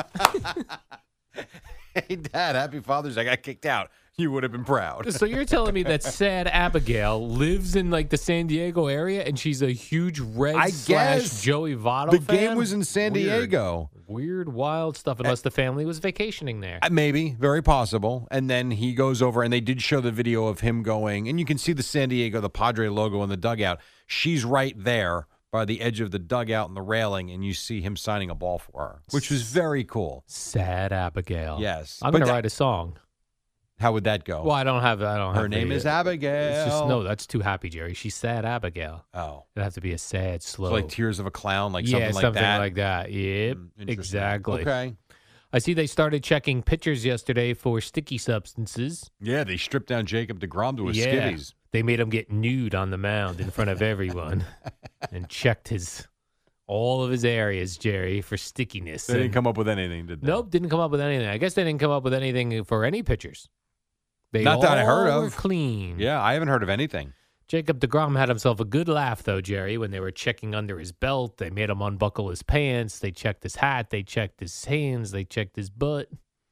hey Dad, happy Father's Day! I got kicked out. You would have been proud. So you're telling me that sad Abigail lives in like the San Diego area, and she's a huge Reds I slash guess Joey Votto. the fan? game was in San Weird. Diego. Weird, wild stuff. Unless the family was vacationing there. Uh, Maybe, very possible. And then he goes over, and they did show the video of him going, and you can see the San Diego, the Padre logo in the dugout. She's right there by the edge of the dugout and the railing, and you see him signing a ball for her, which was very cool. Sad Abigail. Yes, I'm but gonna that- write a song. How would that go? Well, I don't have. I don't. her have name the- is Abigail. It's just no. That's too happy, Jerry. She's sad Abigail. Oh, It'd have to be a sad, slow. so like tears of a clown, like yeah, something like something that. Hmm, like that. Yep, interesting. exactly. Okay. I see they started checking pictures yesterday for sticky substances. Yeah, they stripped down Jacob Degrom to his yeah, skivvies. they made him get nude on the mound in front of everyone, and checked his all of his areas, Jerry, for stickiness. They didn't And- come up with anything, did they? Nope, didn't come up with anything. I guess they didn't come up with anything for any pitchers. They Not that I heard all were of. clean. Yeah, I haven't heard of anything. Jacob DeGrom had himself a good laugh, though, Jerry, when they were checking under his belt. They made him unbuckle his pants. They checked his hat. They checked his hands. They checked his butt.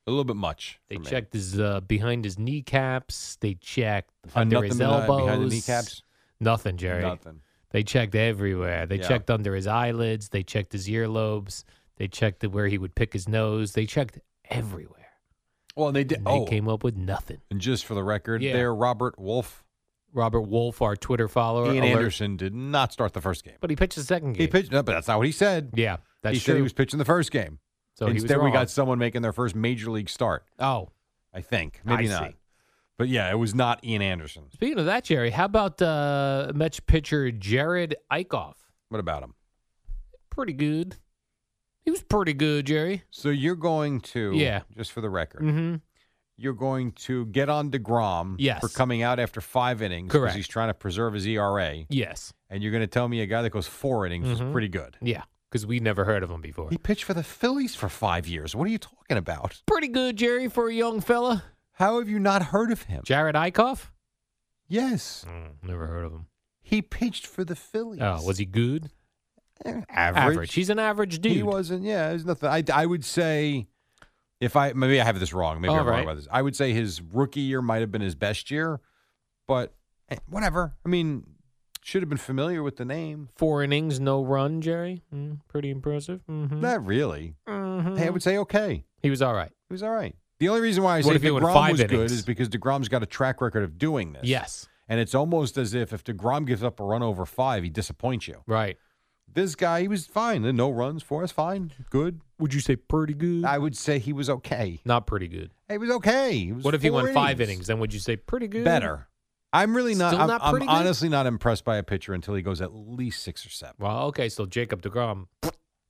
A little bit much. They for me. checked his uh, behind his kneecaps. They checked Uh, under nothing his behind- elbows. behind the kneecaps? Nothing, Jerry. Nothing. They checked everywhere. They Yeah. checked under his eyelids. They checked his earlobes. They checked where he would pick his nose. They checked everywhere. Well, they did. And Oh, They came up with nothing. and just for the record, Yeah. there, Robert Wolf, Robert Wolf, our Twitter follower, Ian alert- Anderson did not start the first game. but he pitched the second game. He pitched, no, but that's not what he said. yeah, that's he true. said he was pitching the first game. so he was Instead, we wrong. got someone making their first major league start. Oh, I think, maybe I not. see. But yeah, it was not Ian Anderson. speaking of that, Jerry, how about uh, Mets pitcher Jared Eichhoff? What about him? Pretty good. He was pretty good, Jerry. So you're going to, Yeah. just for the record, Mm-hmm. you're going to get on Degrom Yes. for coming out after five innings Correct. he's trying to preserve his ERA, Yes. and you're going to tell me a guy that goes four innings is Mhm. pretty good. Yeah, because we never heard of him before. He pitched for the Phillies for five years. What are you talking about? pretty good, Jerry, for a young fella. How have you not heard of him? Jared Eichhoff? Yes. Mm, never heard of him. He pitched for the Phillies. Eh, Oh, was he good? Average. He's an average dude. He wasn't. Yeah, there's nothing. I, I would say if I maybe I have this wrong. Maybe All I'm right. wrong about this. I would say his rookie year might have been his best year, but eh, whatever. I mean, should have been familiar with the name. Four innings, no run, Jerry. Mm, pretty impressive. Mm-hmm. Not really. Mhm. Hey, I would say okay. He was all right. He was all right. The only reason why I What say if he went Degrom five was good innings? is because Degrom's got a track record of doing this. Yes. and it's almost as if if Degrom gives up a run over five, he disappoints you. Right. This guy, he was fine. The no runs for us, fine, good. Would you say pretty good? I would say he was okay. Not pretty good. He was okay. He was What if he four went five innings? Then would you say pretty good? Better. I'm really not. Still I'm, not I'm pretty good? honestly not impressed by a pitcher until he goes at least six or seven. Well, okay. So Jacob Degrom.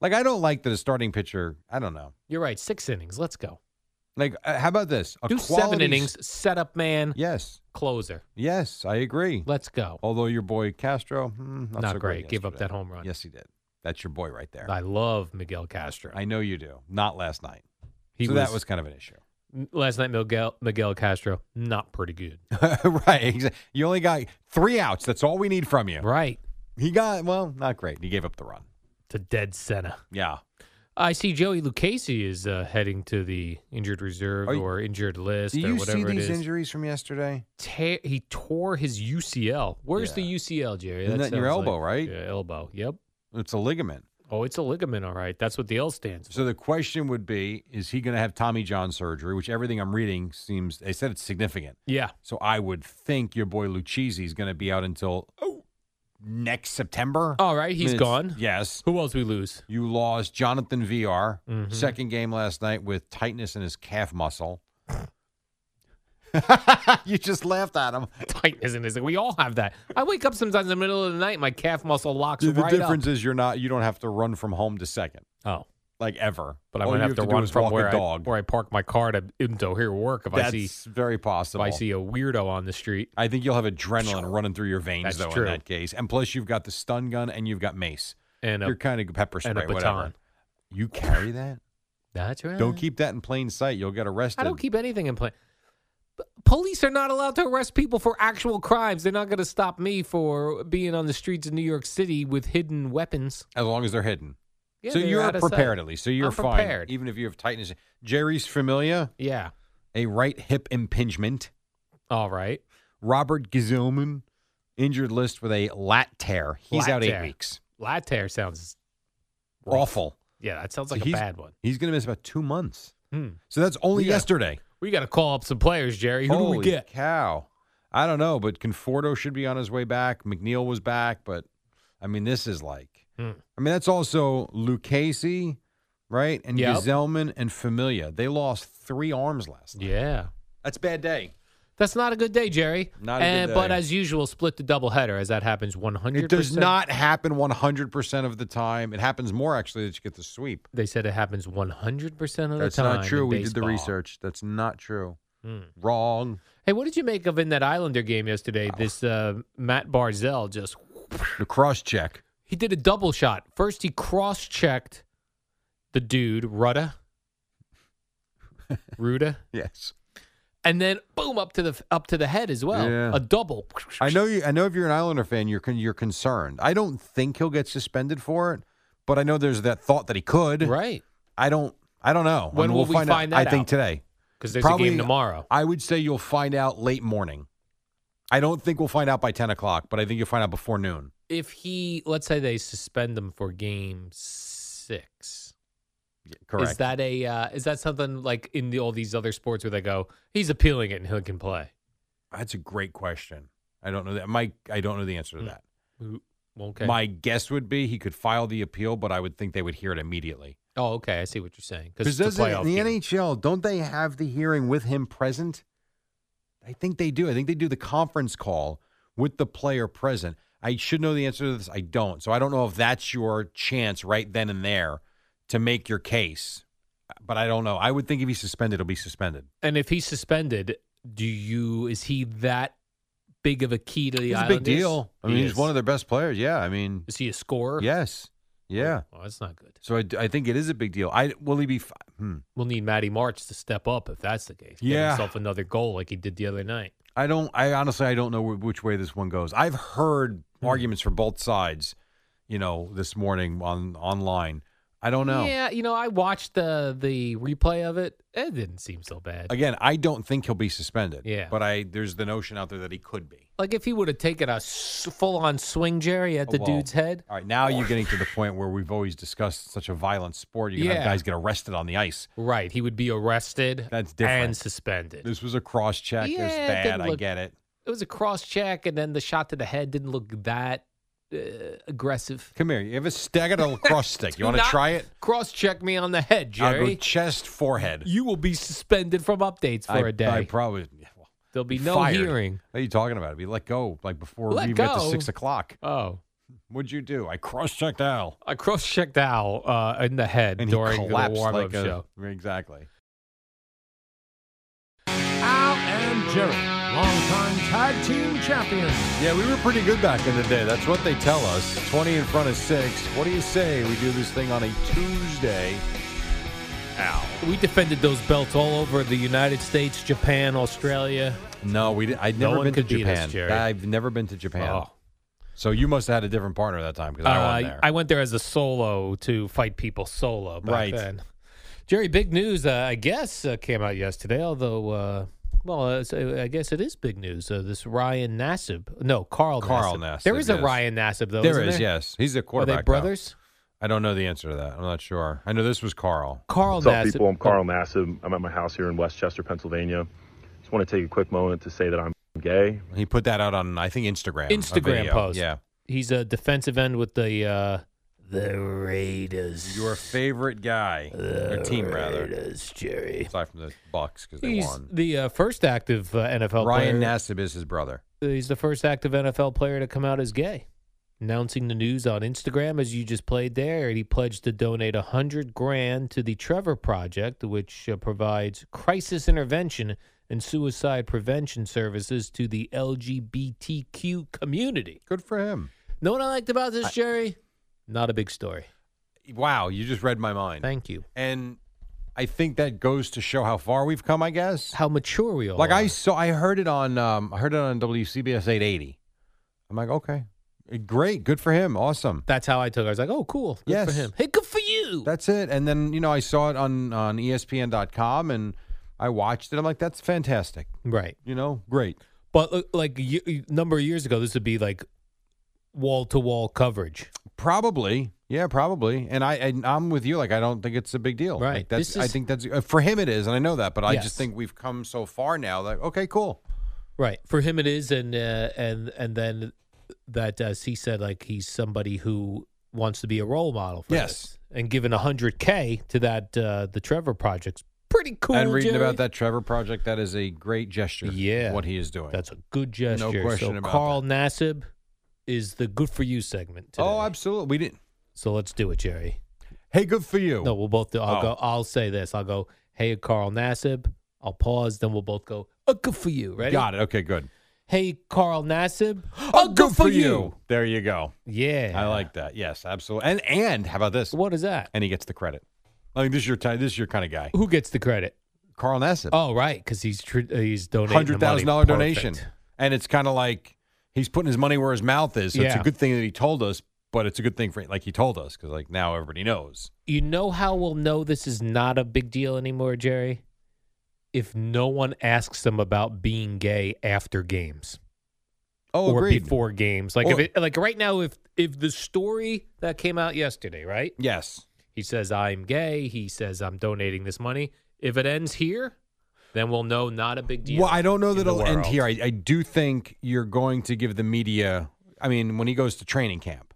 Like I don't like that a starting pitcher. I don't know. You're right. Six innings. Let's go. Like uh, how about this? A Do seven quality- innings. Setup man. Yes. Closer. Yes, I agree. Let's go. Although your boy Castro, hmm, not, Not so great. Give up yesterday. that home run. Yes, he did. That's your boy right there. I love Miguel Castro. I know you do. Not last night. He so that was- was kind of an issue. Last night, Miguel Miguel Castro. Not pretty good. right. exa- You only got three outs. That's all we need from you. Right. He got well, not great. He gave up the run. To dead center. Yeah. I see Joey Lucchese is uh, heading to the injured reserve Are you- or injured list Do or you whatever see these it is. injuries from yesterday? Te- he tore his UCL. Where's the UCL, Jerry? Isn't that in your sounds like- elbow, right? Yeah, elbow. Yep. It's a ligament. Oh, it's a ligament. All right. That's what the L stands for. So the question would be: Is he going to have Tommy John surgery? Which everything I'm reading seems they said it's significant. Yeah. So I would think your boy Lucchese is going to be out until oh, next September. All right. I mean, Oh, He's it's- gone. Yes. Who else we lose? You lost Jonathan VR Mhm. second game last night with tightness in his calf muscle. you just laughed at him. Tightness in his. We all have that. I wake up sometimes in the middle of the night. My calf muscle locks The, the right difference up. is you're not you don't have to run from home to second Oh, like ever. but I All might you have to, do run is from walk a where I, dog. where I park my car to into here work if I That's see very if possible. I see a weirdo on the street. I think you'll have adrenaline running through your veins That's though true. in that case. And plus you've got the stun gun and you've got mace. And a, You're kind of pepper spray and a whatever. baton. You carry that? That's right. Don't keep that in plain sight. You'll get arrested. I don't keep anything in play. P- Police are not allowed to arrest people for actual crimes. They're not going to stop me for being on the streets of New York City with hidden weapons. as long as they're hidden. Yeah, so they're you're out of sight. prepared at least. So you're I'm fine. prepared. Even if you have tightness. Jerry's familiar, Yeah. a right hip impingement. All right. Robert Gizelman, injured list with a lat tear. He's Lat out tear. eight weeks. Latter sounds rough. Awful. Yeah, that sounds So like a he's- bad one. He's going to miss about two months. Hmm. So that's only We got- yesterday. We got to call up some players, Jerry. Who Holy do we get? cow. I don't know, but Conforto should be on his way back. McNeil was back, but I mean, this is like, Hmm. I mean, that's also Lucchese, right? And Yep. Gizelman and Familia. They lost three arms last night. Yeah. That's a bad day. That's not a good day, Jerry. Not a good And- But day. as usual, split the doubleheader as that happens 100%. It does not happen 100% of the time. It happens more, actually, that you get the sweep. They said it happens 100% of That's the time. not true. in We did the baseball. research. That's not true. Hmm. Wrong. Hey, what did you make of in that Islander game yesterday? Oh. This uh, Matt Barzell just The cross check. he did a double shot. First, he cross checked the dude Ruda, Ruda, Yes. and then boom up to the up to the head as well. Yeah. A double. I know you I know if you're an Islander fan, you're con- you're concerned. I don't think he'll get suspended for it, but I know there's that thought that he could. right? I don't I don't know. When I mean, will we'll we find, find out. that I think out? today. Because there's Probably- a game tomorrow. I would say you'll find out late morning. I don't think we'll find out by 10 o'clock, but I think you'll find out before noon. If he, let's say, they suspend him for game six. Correct. Is that a uh, is that something like in the, all these other sports where they go he's appealing it and he can play? That's a great question. I don't know that. Mike, I don't know the answer to Mm. that. Who- Okay. My guess would be he could file the appeal, but I would think they would hear it immediately. Oh, okay. I see what you're saying. Because Because it's a doesn't playoff the game. NHL don't they have the hearing with him present? I think they do. I think they do the conference call with the player present. I should know the answer to this. I don't. So I don't know if that's your chance right then and there to make your case. But I don't know. I would think if he's suspended, he'll be suspended. And if he's suspended, do you is he that big of a key to the It's a Islanders? big deal. I mean, He he's is. one of their best players. Yeah. I mean, Is he a scorer? yes. Yeah. Oh, that's not good. So I, d- I think it is a big deal. I will he be? fi- Hmm. We'll need Matty March to step up if that's the case. Get Yeah. himself another goal like he did the other night. I Hmm. don't. I honestly, I don't know wh- which way this one goes. I've heard arguments from both sides. you know, this morning on online. I don't know. Yeah, you know, I watched the the replay of it. It didn't seem so bad. Again, I don't think he'll be suspended. Yeah. But I there's the notion out there that he could be. Like if he would have taken a full on swing, Jerry, at the Well, dude's head. All right, now you're getting to the point where we've always discussed such a violent sport. You can Yeah. have guys get arrested on the ice. Right, he would be arrested. That's different. And suspended. This was a cross check. Yeah, it was it bad. didn't I look- get it. It was a cross check, and then the shot to the head didn't look that uh, aggressive. Come here. You have a stag at a cross stick. You Do want to not try it? Cross check me on the head, I'll go Jerry. chest, forehead. You will be suspended from updates I- for a day. I probably There'll be no fired. hearing. What are you talking about? Be let go like before Let we even get to go? six o'clock. Oh, What'd you do? I cross checked Al. I cross checked Al uh, in the head And he during the collapsed warm up like a, show. Exactly. Al and Jerry, longtime tag team champions. Yeah, we were pretty good back in the day. That's what they tell us. 20 in front of six. What do you say we do this thing on a Tuesday? Ow. We defended those belts all over the United States, Japan, Australia. No, we didn't. I'd No never one been to could beat us, Japan. Jerry. I've never been to Japan. Oh. So you must have had a different partner that time because I Uh, went there. I went there as a solo to fight people solo. Back Right. Then. Jerry, big news, uh, I guess, uh, came out yesterday, although, uh, well, uh, so I guess it is big news. Uh, this Ryan Nassib. No, Carl Carl Nassib. Nassib, There is yes. a Ryan Nassib, though. there isn't is, yes. He's a Are quarterback. they though. brothers? I don't know the answer to that. I'm not sure. I know this was Carl. Carl What's up, Nassib. people? I'm Carl Nassib. I'm at my house here in Westchester, Pennsylvania. Just want to take a quick moment to say that I'm gay. He put that out on, I think, Instagram. a Instagram video. post. Yeah. He's a defensive end with the uh, the Raiders. Your favorite guy, your team rather. Jerry. Aside from the Bucks because they He's won. the uh, first active uh, NFL Ryan player. Nassib is his brother. he's the first active NFL player to come out as gay. Announcing the news on Instagram as you just played there, and he pledged to donate a hundred grand to the Trevor Project, which uh, provides crisis intervention and suicide prevention services to the LGBTQ community. Good for him. No one I liked about this, Jerry? Not a big story. Wow, you just read my mind. Thank you. And I think that goes to show how far we've come. I guess how mature we all Like I are. saw, I heard it on, um, I heard it on WCBS 880. I'm like, okay, Eh, great, good for him, awesome. That's how I took. it. I was like, oh, cool, good yes, for him. Hey, good for you. That's it. And then you know, I saw it on on E ESPN.com, and I watched it. I'm like, that's fantastic. Right. You know, great. But uh, like y- y- number of years ago, this would be like wall to wall coverage. Probably, yeah, probably. And I, and I'm with you. Like, I don't think it's a big deal. Right. Like, that's, This I is- think that's uh, for him. It is, and I know that. But I Yes. just think we've come so far now. That okay, cool. Right. For him, it is, and uh, and and then that as he said, like he's somebody who wants to be a role model. For Yes. this. And giving hundred k to that uh, the Trevor Project's pretty cool. and reading Jerry. about that Trevor project, that is a great gesture. Yeah. what he is doing. That's a good gesture. question so about Carl Nassib is the good for you segment. Today. Oh, absolutely. We didn't. So let's do it, Jerry. Hey, good for you. No, we'll both do. I'll Oh. go. I'll say this. I'll go. Hey, Carl Nassib. I'll pause. Then we'll both go. Oh, good for you. Ready? Got it. Okay, good. Hey, Carl Nassib. Oh, There you go. Yeah, I like that. Yes, absolutely. And and how about this? What is that? And he gets the credit. I think this is your type. This is your kind of guy, Who gets the credit? Carl Nassib. Oh, right, because he's tr- uh, he's donating the money. Hundred thousand dollar donation, Perfect. and it's kind of like he's putting his money where his mouth is. So it's Yeah. a good thing that he told us, but it's a good thing for like he told us because like now everybody knows. You know how we'll know this is not a big deal anymore, Jerry? If no one asks him about being gay after games. Oh, or agreed. before games. Like if Or- it, like right now, if if the story that came out yesterday, right? Yes. He says I'm gay. He says I'm donating this money. If it ends here, then we'll know not a big deal. Well, I don't know in that the it'll end world. here. I, I do think you're going to give the media. I mean, when he goes to training camp,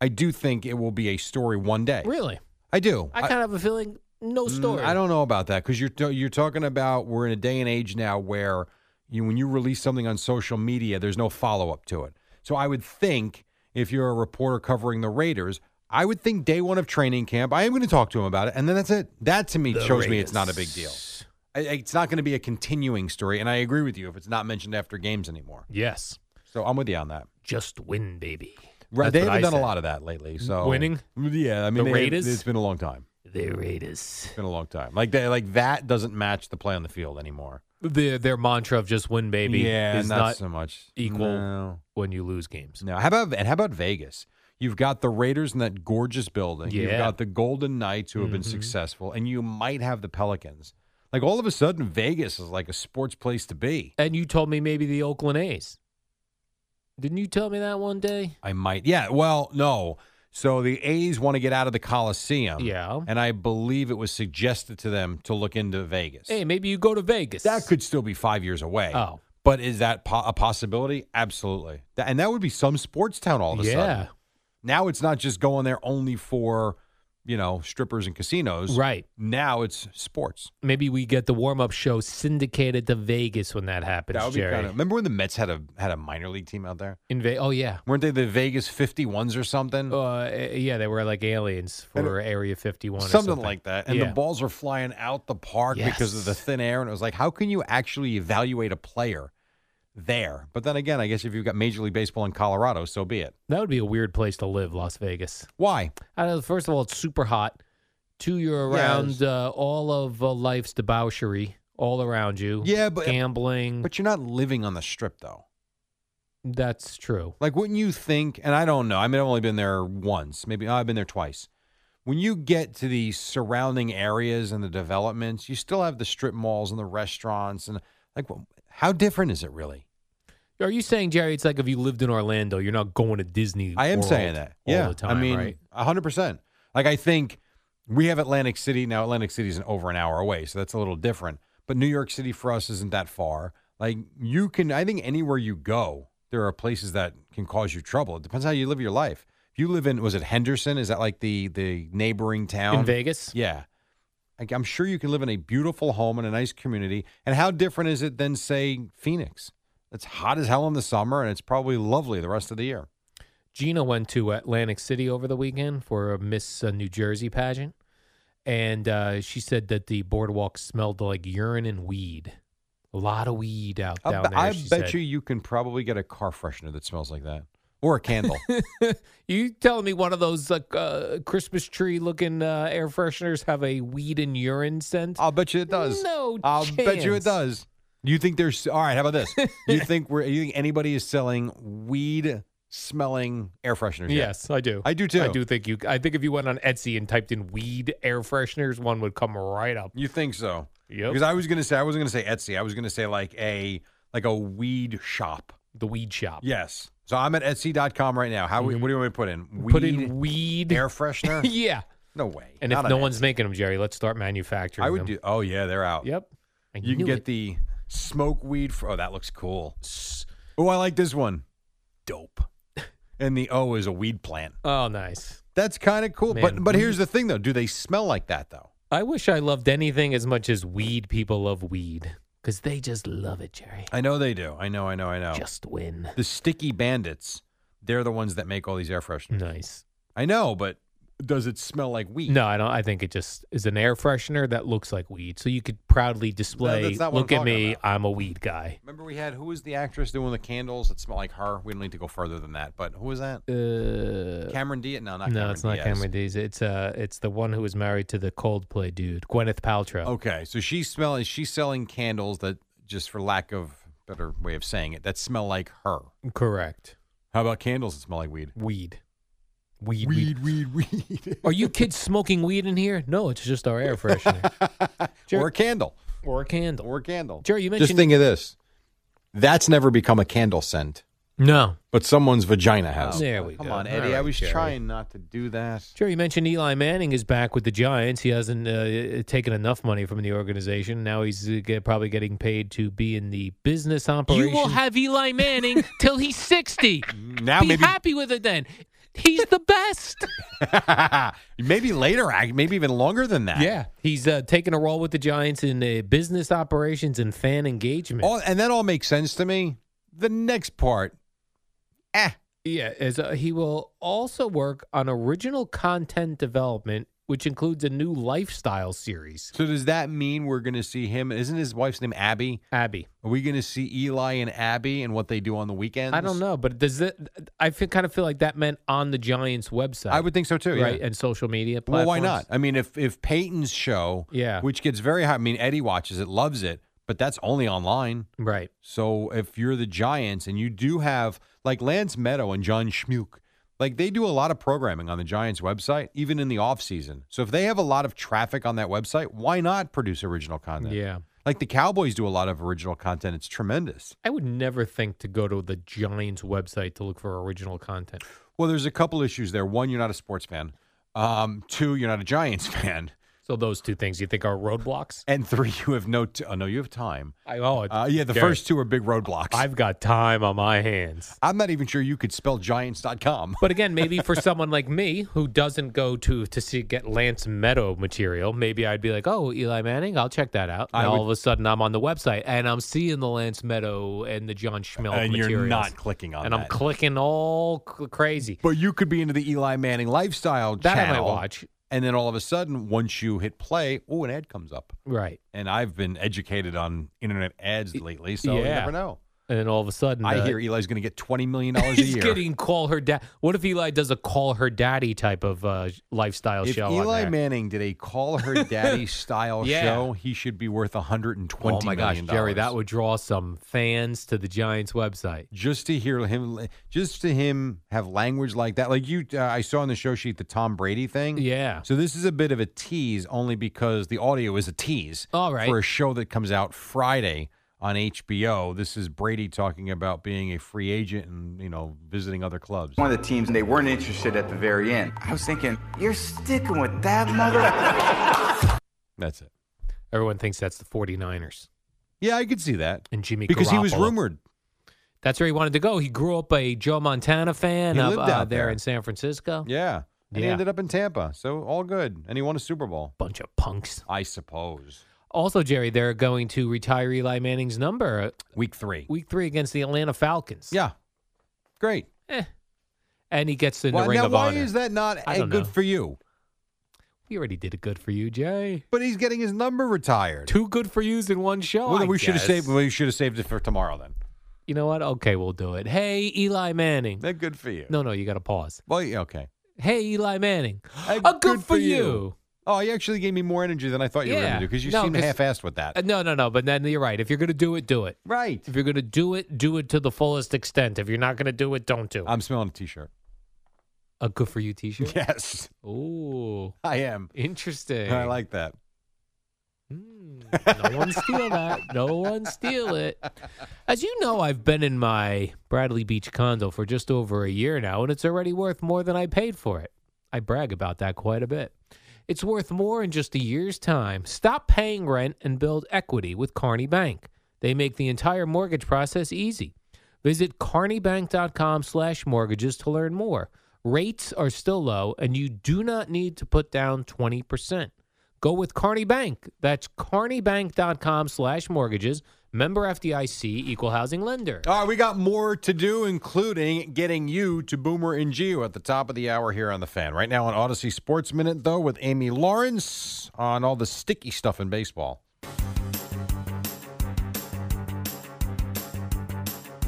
I do think it will be a story one day. Really, I do. I kind of have a feeling no Mm, story. I don't know about that because you're t- you're talking about we're in a day and age now where you when you release something on social media, there's no follow up to it. So I would think if you're a reporter covering the Raiders, I would think day one of training camp, I am going to talk to him about it, and then that's it. That to me The shows me it's not a big deal. I, I- it's not going to be a continuing story, and I agree with you if it's not mentioned after games anymore. Yes, So I'm with you on that. just win, baby. That's Right, they what haven't I done said. a lot of that lately. So Winning? yeah. I mean, The they- Raiders? It's been a long time. The Raiders. It's been a long time. Like they, like that doesn't match the play on the field anymore. Their their mantra of just win, baby, yeah, is not, not so much equal No. when you lose games. no. How about and how about Vegas? You've got the Raiders in that gorgeous building. You've Yeah. got the Golden Knights who have been Mhm. successful, and you might have the Pelicans. Like all of a sudden, Vegas is like a sports place to be. And you told me maybe the Oakland A's. Didn't you tell me that one day? I might. Yeah. Well, no. So the A's want to get out of the Coliseum. Yeah. And I believe it was suggested to them to look into Vegas. Hey, maybe you go to Vegas. That could still be five years away. Oh. But is that po- a possibility? Absolutely. Th- and that would be some sports town all of a Yeah. sudden. Now it's not just going there only for, you know, strippers and casinos. Right. Now it's sports. Maybe we get the warm up show syndicated to Vegas when that happens, that would Jerry. be kind of. Remember when the Mets had a had a minor league team out there? In Ve- oh, yeah. Weren't they the Vegas 51s or something? Uh, yeah, they were like aliens Hmm. And- for Area 51 or something, something. like that. And Yeah. the balls were flying out the park because of the thin air. And it was like, how can you actually evaluate a player there? But then again, I guess if you've got Major League Baseball in Colorado, so be it. That would be a weird place to live, Las Vegas. Why? I don't know, first of all, it's super hot. Two, you're Yeah, around it's- uh, all of uh, life's debauchery all around you. Yeah, but- gambling. But you're not living on the strip, though. That's true. Like, wouldn't you think? And I don't know. I mean, I've only been there once. Maybe oh, I've been there twice. When you get to the surrounding areas and the developments, you still have the strip malls and the restaurants. And like, wh- how different is it really? Are you saying, Jerry? It's like if you lived in Orlando, you're not going to Disney. I am World saying that. all yeah. the time, I mean, right? 100%. Like, I think we have Atlantic City. Now, Atlantic City is over an hour away, so that's a little different. But New York City for us isn't that far. Like, you can, I think anywhere you go, there are places that can cause you trouble. It depends how you live your life. If you live in, was it Henderson? Is that like the the neighboring town? In Vegas? Yeah. Like, I'm sure you can live in a beautiful home in a nice community. And how different is it than, say, Phoenix? It's hot as hell in the summer, and it's probably lovely the rest of the year. Gina went to Atlantic City over the weekend for a Miss uh, New Jersey pageant, and uh, she said that the boardwalk smelled like urine and weed. A lot of weed out I down be- there. I she bet said. you you can probably get a car freshener that smells like that, or a candle. You telling me one of those like uh, Christmas tree looking uh, air fresheners have a weed and urine scent? I'll bet you Oh, it does. No, I'll bet you chance. it does. You think there's all right? How about this? You think we're? You think anybody is selling weed smelling air fresheners? yet? Yes, I do. I do too. I do think you. I think if you went on Etsy and typed in weed air fresheners, one would come right up. You think so? Yep. Because I was gonna say I wasn't gonna say Etsy. I was gonna say like a like a weed shop. The weed shop. Yes. So I'm at Etsy.com right now. How? What do you want me to put in? Weed, Mm-hmm. Put in weed air freshener. yeah. No way. And if Not no on one's making them, Jerry, let's start manufacturing. I would them. do. Oh yeah, they're out. Yep. I you knew can get it. the smoke weed. For, oh, that looks cool. Oh, I like this one. Dope. And the O is a weed plant. Oh, nice. That's kind of cool. Man, but but here's weed- the thing though. Do they smell like that though? I wish I loved anything as much as weed. People love weed because they just love it, Jerry. I know they do. I know. I know. I know. Just win. the sticky bandits. They're the ones that make all these air fresheners. Nice. I know, but does it smell like weed? No, I don't. I think it just is an air freshener that looks like weed, so you could proudly display. that's not what I'm Look at talking me, about." I'm a weed guy. Remember we had who was the actress doing the candles that smell like her? We don't need to go further than that. But who was that? Uh, Cameron Diaz? No, not no, Cameron it's not Diaz. Cameron Diaz. It's uh, it's the one who was married to the Coldplay dude, Gwyneth Paltrow. Okay, so she's smelling. She's selling candles that, just for lack of better way of saying it, that smell like her. Correct. How about candles that smell like weed? Weed. Weed, weed. Weed, weed, weed, Are you kids smoking weed in here? No, it's just our air freshener or a candle, or a candle. or a candle. Jerry, you mentioned Just think of this. That's never become a candle scent, no. but someone's vagina has. Oh, There we Come go. on, All Eddie. I right, was Jerry. trying not to do that. Jerry, you mentioned Eli Manning is back with the Giants. He hasn't uh, taken enough money from the organization. Now he's uh, get, probably getting paid to be in the business operation. You will have Eli Manning till he's 60. Now be maybe happy with it then. He's the best. maybe later, I- maybe even longer than that. yeah. He's uh, taking a role with the Giants in uh, business operations and fan engagement. All, and that all makes sense to me. The next part, eh? Yeah, as uh, he will also work on original content development, which includes a new lifestyle series. So does that mean we're going to see him? Isn't his wife's name Abby? Abby, Are we going to see Eli and Abby and what they do on the weekends? I don't know, but does it? I feel, kind of feel like that meant on the Giants' website, I would think so too. yeah. right, and social media. Well, Platforms. why not? I mean, if if Peyton's show, Yeah. which gets very high. I mean, Eddie watches it, loves it, but that's only online. Right, So if you're the Giants and you do have like Lance Meadow and John Schmuke, Like they do a lot of programming on the Giants website, even in the off season. So if they have a lot of traffic on that website, why not produce original content? Yeah. Like the Cowboys do a lot of original content. It's tremendous. I would never think to go to the Giants website to look for original content. Well, there's a couple issues there. One, you're not a sports fan. Um, two, you're not a Giants fan. So those two things you think are roadblocks? And three, you have no. T- oh no, you have time. I, oh, Uh, yeah, the Gary, first two are big roadblocks. I've got time on my hands. I'm not even sure you could spell giants.com. But again, maybe for someone like me who doesn't go to to see get Lance Meadow material, maybe I'd be like, "Oh, Eli Manning, I'll check that out." And I all would- of a sudden, I'm on the website and I'm seeing the Lance Meadow and the John Schmelt and you're materials. not clicking on and that. I'm clicking all c- crazy. But you could be into the Eli Manning lifestyle That I might channel, watch. And then all of a sudden, once you hit play, oh, an ad comes up. Right. And I've been educated on internet ads lately, so you Yeah. never know. And then all of a sudden, I uh, hear Eli's going to get $20 million a He's year. getting call her dad. What if Eli does a call her daddy type of uh, lifestyle If show? on Eli there? Manning did a call her daddy style Yeah. show, he should be worth 120 oh my gosh, million Jerry, dollars. that would draw some fans to the Giants website. just to hear him just to him have language like that like you uh, i saw on the show sheet the tom brady thing Yeah. so this is a bit of a tease only because the audio is a tease All right. for a show that comes out friday on hbo this is brady talking about being a free agent and you know visiting other clubs One of the teams, and they weren't interested at the very end. I was thinking, you're sticking with that mother. that's it Everyone thinks that's the 49ers. yeah i could see that And Jimmy because he was Garoppolo. rumored That's where he wanted to go. He grew up a Joe Montana fan He up, lived uh, out there, there. in San Francisco. yeah and he Yeah. ended up in tampa so all good and he won a super bowl bunch of punks i suppose Also, Jerry, they're going to retire Eli Manning's number uh, week three week three against the Atlanta Falcons. yeah great And he gets in the Why- ring now of why honor. is that not I a don't good know. for you We already did a good for you, Jerry. But he's getting his number retired. Two good for yous in one show. well, I then we should have guess. saved. We should have saved it for tomorrow then. You know what? Okay, we'll do it. Hey, Eli Manning. That Eh, good for you. No, no, you got to pause. Well, yeah, okay. Eh, Hey, Eli Manning. A good for you. Oh, you actually gave me more energy than I thought you were going Yeah. to do because you No, seemed 'cause- half-assed with that. Uh, no, no, no. But then you're right. If you're going to do it, do it. Right. If you're going to do it, do it to the fullest extent. If you're not going to do it, don't do it. I'm smelling a t-shirt. A good for you T-shirt. Yes, Ooh, I am. interesting. I like that. No one steal that. No one steal it. As you know, I've been in my Bradley Beach condo for just over a year now, and it's already worth more than I paid for it. I brag about that quite a bit. It's worth more in just a year's time. Stop paying rent and build equity with Carney Bank. They make the entire mortgage process easy. Visit carneybank.com slash mortgages to learn more. Rates are still low, and you do not need to put down 20%. Go with Carney Bank. That's carneybank.com slash mortgages. Member FDIC, equal housing lender. All right, we got more to do, including getting you to Boomer and Geo at the top of the hour here on the Fan. Right now on Odyssey Sports Minute, though, with Amy Lawrence on all the sticky stuff in baseball.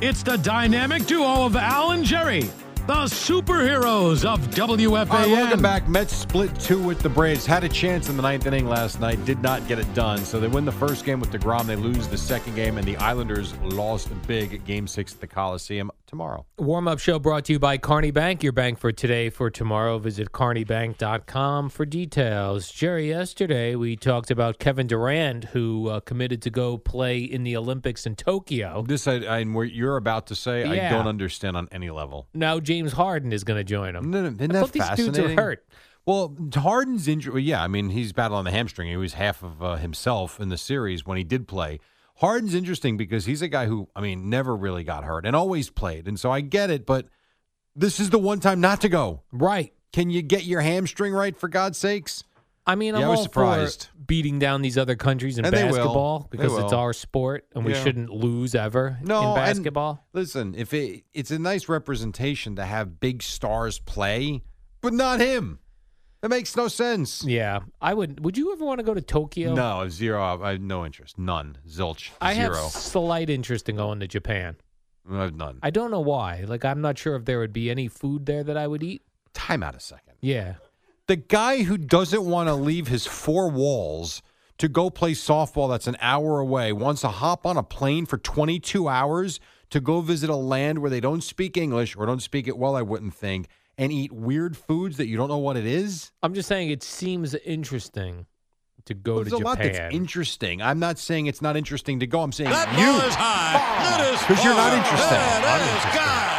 It's the dynamic duo of Al and Jerry, the superheroes of WFAN. All right, welcome back. Mets split two with the Braves. Had a chance in the ninth inning last night, did not get it done. So they win the first game with DeGrom. They lose the second game, and the Islanders lost big at game six at the Coliseum tomorrow. Warm up show brought to you by Carney Bank, your bank for today, for tomorrow. Visit carneybank.com for details. Jerry, yesterday we talked about Kevin Durant, who uh, committed to go play in the Olympics in Tokyo. This, I, I, and what you're about to say, I Yeah. don't understand on any level. Now James Harden is going to join him. No, no, isn't I that thought these dudes are fascinating? hurt. Well, Harden's injury. well, Yeah, I mean, he's battling the hamstring. He was half of uh, himself in the series when he did play. Harden's interesting because he's a guy who, I mean, never really got hurt and always played. And so I get it, but this is the one time not to go. Right. Can you get your hamstring right for God's sakes? I mean, Yeah, I'm I was all surprised. for beating down these other countries in And they will. basketball They because it's will. our sport and we Yeah. shouldn't lose ever No, in and basketball. Listen, if it it's a nice representation to have big stars play, but not him. That makes no sense. yeah, I would. Would you ever want to go to Tokyo? No, I have zero. I have no interest. None. Zilch. I have zero. slight interest in going to Japan. I have none. I don't know why. Like, I'm not sure if there would be any food there that I would eat. Time out a second. Yeah, The guy who doesn't want to leave his four walls to go play softball that's an hour away wants to hop on a plane for 22 hours to go visit a land where they don't speak English or don't speak it well, I wouldn't think, and eat weird foods that you don't know what it is? I'm just saying it seems interesting to go Well, to there's a lot that's Japan. interesting. I'm not saying it's not interesting to go. I'm saying That you, ball is high. That is because you're not far. interesting. That I'm interested.